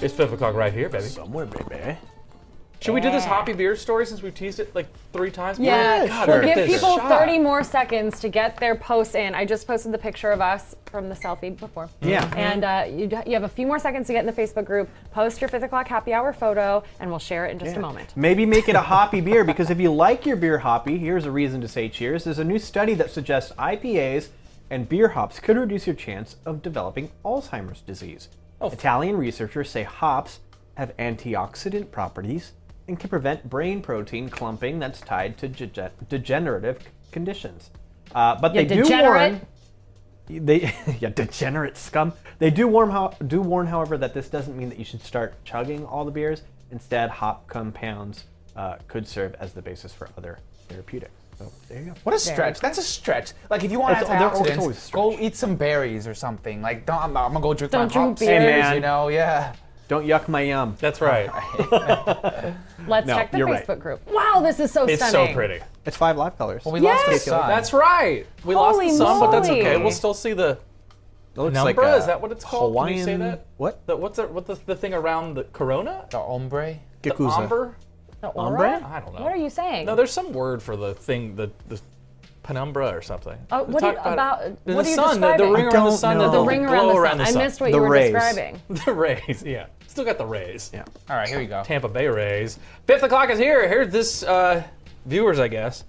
Speaker 1: It's fifth o'clock right here, baby. Somewhere, baby. Should we do this hoppy beer story since we've teased it like three times?
Speaker 2: Yeah,
Speaker 1: God,
Speaker 2: we'll
Speaker 1: look at
Speaker 2: give
Speaker 1: this
Speaker 2: people
Speaker 1: shot.
Speaker 2: 30 more seconds to get their posts in. I just posted the picture of us from the selfie before.
Speaker 1: Yeah.
Speaker 2: And uh, you, d- you have a few more seconds to get in the Facebook group. Post your 5 o'clock happy hour photo, and we'll share it in just a moment.
Speaker 5: Maybe make it a hoppy beer because if you like your beer hoppy, here's a reason to say cheers. There's a new study that suggests IPAs and beer hops could reduce your chance of developing Alzheimer's disease. Italian researchers say hops have antioxidant properties and can prevent brain protein clumping that's tied to gege- degenerative conditions. Uh, but
Speaker 2: You
Speaker 5: they do
Speaker 2: degenerate.
Speaker 5: warn they yeah degenerate scum they do warn how do warn however that this doesn't mean that you should start chugging all the beers instead hop compounds uh, could serve as the basis for other therapeutics so there you go
Speaker 4: What a stretch. That's a stretch. Like if you want
Speaker 5: It's- they're always- it's always
Speaker 4: antioxidants, go eat some berries or something. Like don't, I'm, I'm gonna go drink
Speaker 2: Don't
Speaker 4: my
Speaker 2: drink
Speaker 4: hops,
Speaker 2: beers. Hey, man.
Speaker 4: you know? Yeah.
Speaker 5: Don't yuck my yum.
Speaker 1: That's right.
Speaker 2: Let's
Speaker 5: No,
Speaker 2: check the
Speaker 5: you're right.
Speaker 2: Facebook group. Wow, this is so stunning.
Speaker 5: it's five live colors
Speaker 4: Well, we lost the
Speaker 1: Yes!
Speaker 4: sun.
Speaker 1: That's right. We
Speaker 2: Holy
Speaker 1: lost the sun, but that's okay.
Speaker 2: moly.
Speaker 1: We'll still see the
Speaker 5: looks
Speaker 1: number.
Speaker 5: like a
Speaker 1: Is that what it's called? Can you say
Speaker 5: Hawaiian-
Speaker 1: that?
Speaker 5: What?
Speaker 1: The, what's the, what the, the thing around the corona?
Speaker 4: The ombre.
Speaker 1: The
Speaker 5: Yakuza.
Speaker 1: ombre?
Speaker 2: The
Speaker 1: Ombre? I don't know.
Speaker 2: What are you saying?
Speaker 1: No, there's some word for the thing, the, the penumbra or something.
Speaker 2: Oh,
Speaker 1: We
Speaker 2: what are you,
Speaker 1: talked
Speaker 2: about?
Speaker 1: it.
Speaker 2: What
Speaker 1: the
Speaker 2: are you
Speaker 1: sun, the,
Speaker 2: describing?
Speaker 1: the ring around the sun,
Speaker 2: The
Speaker 1: the,
Speaker 2: ring around
Speaker 1: glow
Speaker 2: the
Speaker 1: around
Speaker 2: sun.
Speaker 1: the
Speaker 2: I
Speaker 1: sun.
Speaker 2: missed what you were describing.
Speaker 1: The rays, yeah. Still got the rays. Yeah.
Speaker 4: All right, here we go.
Speaker 1: Tampa Bay Rays. Fifth o'clock is here. Here's this uh, viewers, I guess.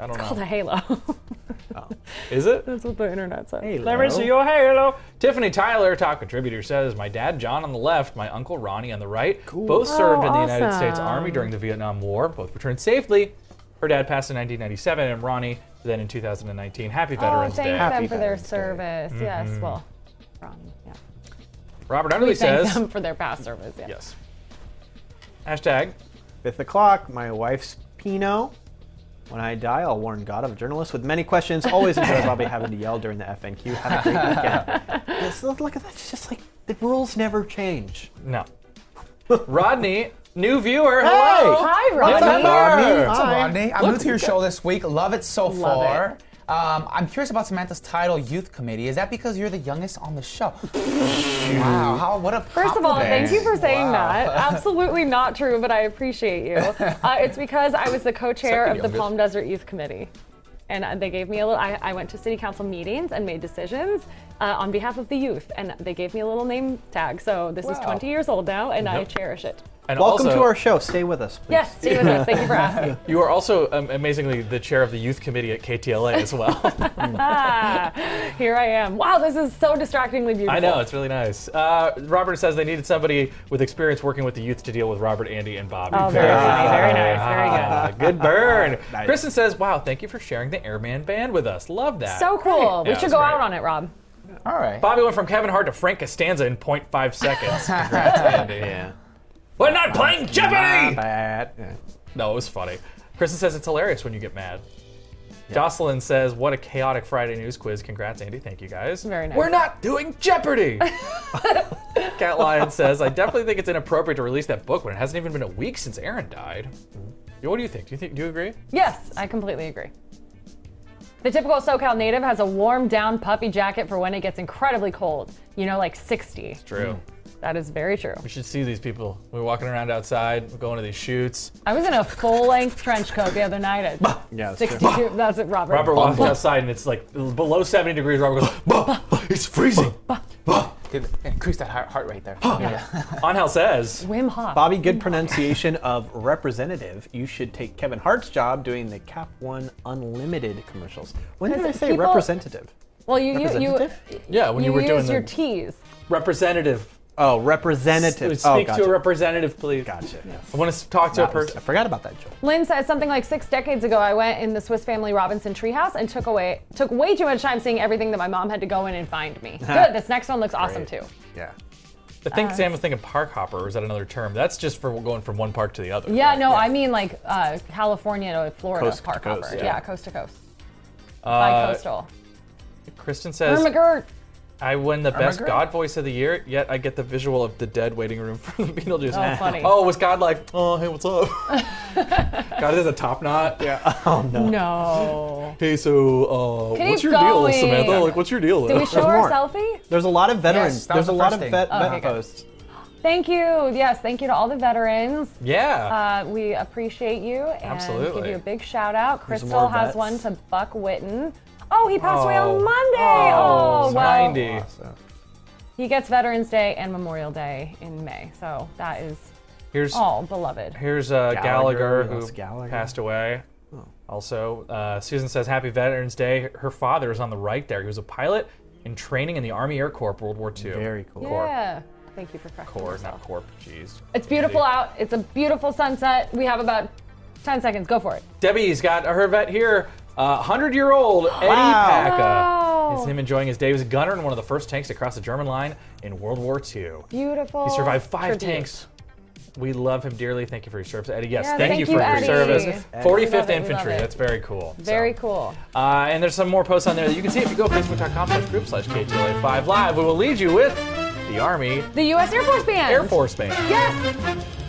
Speaker 1: I don't
Speaker 2: It's
Speaker 1: know.
Speaker 2: called a halo.
Speaker 1: Is it?
Speaker 2: That's what the internet said.
Speaker 1: Let me see your halo. Tiffany Tyler, top contributor, says my dad John on the left, my uncle Ronnie on the right. Both
Speaker 2: Oh,
Speaker 1: served in the United States
Speaker 2: awesome.
Speaker 1: Army during the Vietnam War. Both returned safely. Her dad passed in 1997, and Ronnie then in 2019. Happy
Speaker 2: Oh,
Speaker 1: Veterans
Speaker 2: thank
Speaker 1: Day.
Speaker 2: them for their service. Yes,
Speaker 1: Mhm.
Speaker 2: well, wrong. Yeah.
Speaker 1: Robert
Speaker 2: we
Speaker 1: Underly
Speaker 2: thank
Speaker 1: says
Speaker 2: them for their past service. Yeah.
Speaker 1: yes. Hashtag
Speaker 5: fifth o'clock my wife's pinot When I die, I'll warn God of a journalist with many questions. Always enjoy Bobby having to yell during the FNQ. Have a great weekend. This- look at that. It's just like the rules never change.
Speaker 1: No. Rodney, new viewer. Hello.
Speaker 2: Hi,
Speaker 4: What's up,
Speaker 1: Rodney.
Speaker 4: Rodney? What's up,
Speaker 1: Hi.
Speaker 4: Rodney? I'm
Speaker 1: Look,
Speaker 4: new to your
Speaker 1: we got-
Speaker 4: show this week. Love it so
Speaker 1: Love
Speaker 4: far. Um, I'm curious about Samantha's title, Youth Committee. Is that because you're the youngest on the show? wow, how, what a
Speaker 2: First of all, thank you for saying
Speaker 4: Wow.
Speaker 2: that. Absolutely not true, but I appreciate you. Uh, it's because I was the co-chair
Speaker 4: Second
Speaker 2: of the
Speaker 4: youngest.
Speaker 2: Palm Desert Youth Committee, and uh, they gave me a little. I, I went to city council meetings and made decisions uh, on behalf of the youth, and they gave me a little name tag. So this is
Speaker 5: Wow.
Speaker 2: 20 years old now, and I
Speaker 1: Yep.
Speaker 2: cherish it.
Speaker 5: Welcome to our show. Stay with us.
Speaker 2: Yes, stay with us. Thank you for asking.
Speaker 1: You are also um, amazingly the chair of the youth committee at KTLA as well.
Speaker 2: Here I am. Wow, this is so distractingly beautiful.
Speaker 1: I know it's really nice. Uh, Robert says they needed somebody with experience working with the youth to deal with Robert, Andy, and Bobby.
Speaker 2: Oh, very funny, very nice, very good.
Speaker 1: Ah, good burn.
Speaker 2: Nice.
Speaker 1: Kristen says, "Wow, thank you for sharing the Airman band with us. Love that.
Speaker 2: So
Speaker 1: Yeah,
Speaker 2: cool. we should
Speaker 1: it's
Speaker 2: go
Speaker 1: great.
Speaker 2: out on it, Rob.
Speaker 4: All right.
Speaker 1: Bobby went from Kevin Hart to Frank Costanza in 0.5 seconds. Congrats, Andy.
Speaker 5: Yeah.
Speaker 1: We're not playing Jeopardy!
Speaker 5: My bad. Yeah.
Speaker 1: No, it was funny. Kristen says it's hilarious when you get mad. Jocelyn says, "What a chaotic Friday news quiz! Congrats, Andy. Thank you guys. Very
Speaker 2: nice.
Speaker 1: We're not doing Jeopardy." Cat Lion says, "I definitely think it's inappropriate to release that book when it hasn't even been a week since Aaron died."
Speaker 5: Mm-hmm.
Speaker 1: What do you think? Do you think? Do you agree?
Speaker 2: Yes, I completely agree. The typical SoCal native has a warm down puffy jacket for when it gets incredibly cold. You know, like 60. It's
Speaker 1: True.
Speaker 2: That is very true.
Speaker 1: We should see these people. We're walking around outside. We're going to these shoots.
Speaker 2: I was in a full length trench coat the other night at
Speaker 1: Yeah,
Speaker 2: 62. That's it, Robert.
Speaker 1: Robert walks outside and it's like below 70 degrees. Robert goes, bah, bah, "It's freezing."
Speaker 4: Increase that heart heart rate there.
Speaker 1: Angel says,
Speaker 2: Wim Hof.
Speaker 5: Bobby, good pronunciation of representative. You should take Kevin Hart's job doing the Cap One Unlimited commercials. When did I
Speaker 2: Because
Speaker 5: say
Speaker 2: people-
Speaker 5: representative?
Speaker 2: Well, you, you, you,
Speaker 5: Representative?
Speaker 2: you,
Speaker 1: Yeah, when you were doing
Speaker 2: use your
Speaker 1: the-
Speaker 2: T's.
Speaker 1: "Representative."
Speaker 5: Oh, representative.
Speaker 1: S-
Speaker 5: Oh,
Speaker 1: Speak
Speaker 5: gotcha.
Speaker 1: to a representative, please.
Speaker 5: Gotcha.
Speaker 1: I want to talk to a
Speaker 5: That was-
Speaker 1: person.
Speaker 5: I forgot about that joke.
Speaker 2: Lynn says something like six decades ago, I went in the Swiss Family Robinson treehouse and took away took way too much time seeing everything that my mom had to go in and find me. Good. This next one looks awesome
Speaker 1: Great.
Speaker 2: too.
Speaker 5: Yeah.
Speaker 1: I think
Speaker 2: Uh,
Speaker 1: Sam was thinking park hopper, or is that another term? That's just for going from one park to the other.
Speaker 2: Yeah, no, I mean like uh, California to Florida
Speaker 1: Coast to
Speaker 2: park
Speaker 1: coast,
Speaker 2: hopper.
Speaker 1: yeah.
Speaker 2: Yeah. coast to coast.
Speaker 1: Uh,
Speaker 2: Bi-coastal.
Speaker 1: Kristen says,
Speaker 2: Ermagerd.
Speaker 1: I win the best
Speaker 2: Ermagerd?
Speaker 1: God voice of the year, yet I get the visual of the dead waiting room from the Beetlejuice.
Speaker 2: Oh, funny.
Speaker 1: Oh, was God like, oh, hey, what's up? God is a top knot. Yeah. Oh,
Speaker 2: no. No.
Speaker 1: Hey, so uh,
Speaker 2: Keep
Speaker 1: what's your deal,
Speaker 2: going.
Speaker 1: Samantha? Like, what's your deal?
Speaker 2: Do we show our
Speaker 5: more.
Speaker 2: selfie?
Speaker 5: There's a lot of veterans.
Speaker 1: Yes, that was
Speaker 5: There's
Speaker 1: the
Speaker 5: a lot
Speaker 1: first
Speaker 5: of
Speaker 1: thing.
Speaker 5: vet,
Speaker 2: Oh,
Speaker 5: vet
Speaker 2: okay, good.
Speaker 5: posts.
Speaker 2: Thank you. Yes, thank you to all the veterans.
Speaker 1: Yeah.
Speaker 2: Uh, we appreciate you and give
Speaker 1: Absolutely.
Speaker 2: you a big shout out.
Speaker 1: There's
Speaker 2: Crystal
Speaker 1: more
Speaker 2: has
Speaker 1: vets.
Speaker 2: one to Buck Witten. Oh, he passed away on
Speaker 1: Oh.
Speaker 2: Monday.
Speaker 1: Oh,
Speaker 2: Oh, well.
Speaker 1: 90.
Speaker 2: He gets Veterans Day and Memorial Day in May. So that is
Speaker 1: Here's-
Speaker 2: all beloved.
Speaker 1: Here's uh, Gallagher, Oh.
Speaker 5: Gallagher,
Speaker 1: who
Speaker 5: yes, Gallagher.
Speaker 1: passed away. Also, uh, Susan says, Happy Veterans Day. Her father is on the right there. He was a pilot in training in the Army Air Corps World War II. Very cool.
Speaker 2: Yeah. Thank you for correcting
Speaker 1: Corps,
Speaker 2: yourself.
Speaker 1: not Corp. Jeez.
Speaker 2: It's beautiful out. It's a beautiful sunset. We have about 10 seconds. Go for it.
Speaker 1: Debbie's got her vet here. Uh, 100 year old Eddie
Speaker 2: Wow.
Speaker 1: Packa.
Speaker 2: Wow.
Speaker 1: It's him enjoying his day. He was a gunner in one of the first tanks to cross the German line in World War II.
Speaker 2: Beautiful.
Speaker 1: He survived five
Speaker 2: tribute.
Speaker 1: tanks. We love him dearly. Thank you for your service, Eddie. Yes,
Speaker 2: Yeah,
Speaker 1: thank,
Speaker 2: thank
Speaker 1: you for
Speaker 2: you,
Speaker 1: your
Speaker 2: Eddie.
Speaker 1: service.
Speaker 2: Eddie.
Speaker 1: 45th
Speaker 2: Love it, we
Speaker 1: Infantry.
Speaker 2: love it.
Speaker 1: That's very cool.
Speaker 2: Very cool.
Speaker 1: Uh, and there's some more posts on there that you can see if you go facebook.com slash group slash KTLA5 live. We will lead you with the Army
Speaker 2: The U.S. Air Force Band.
Speaker 1: Air Force Band.
Speaker 2: Yes.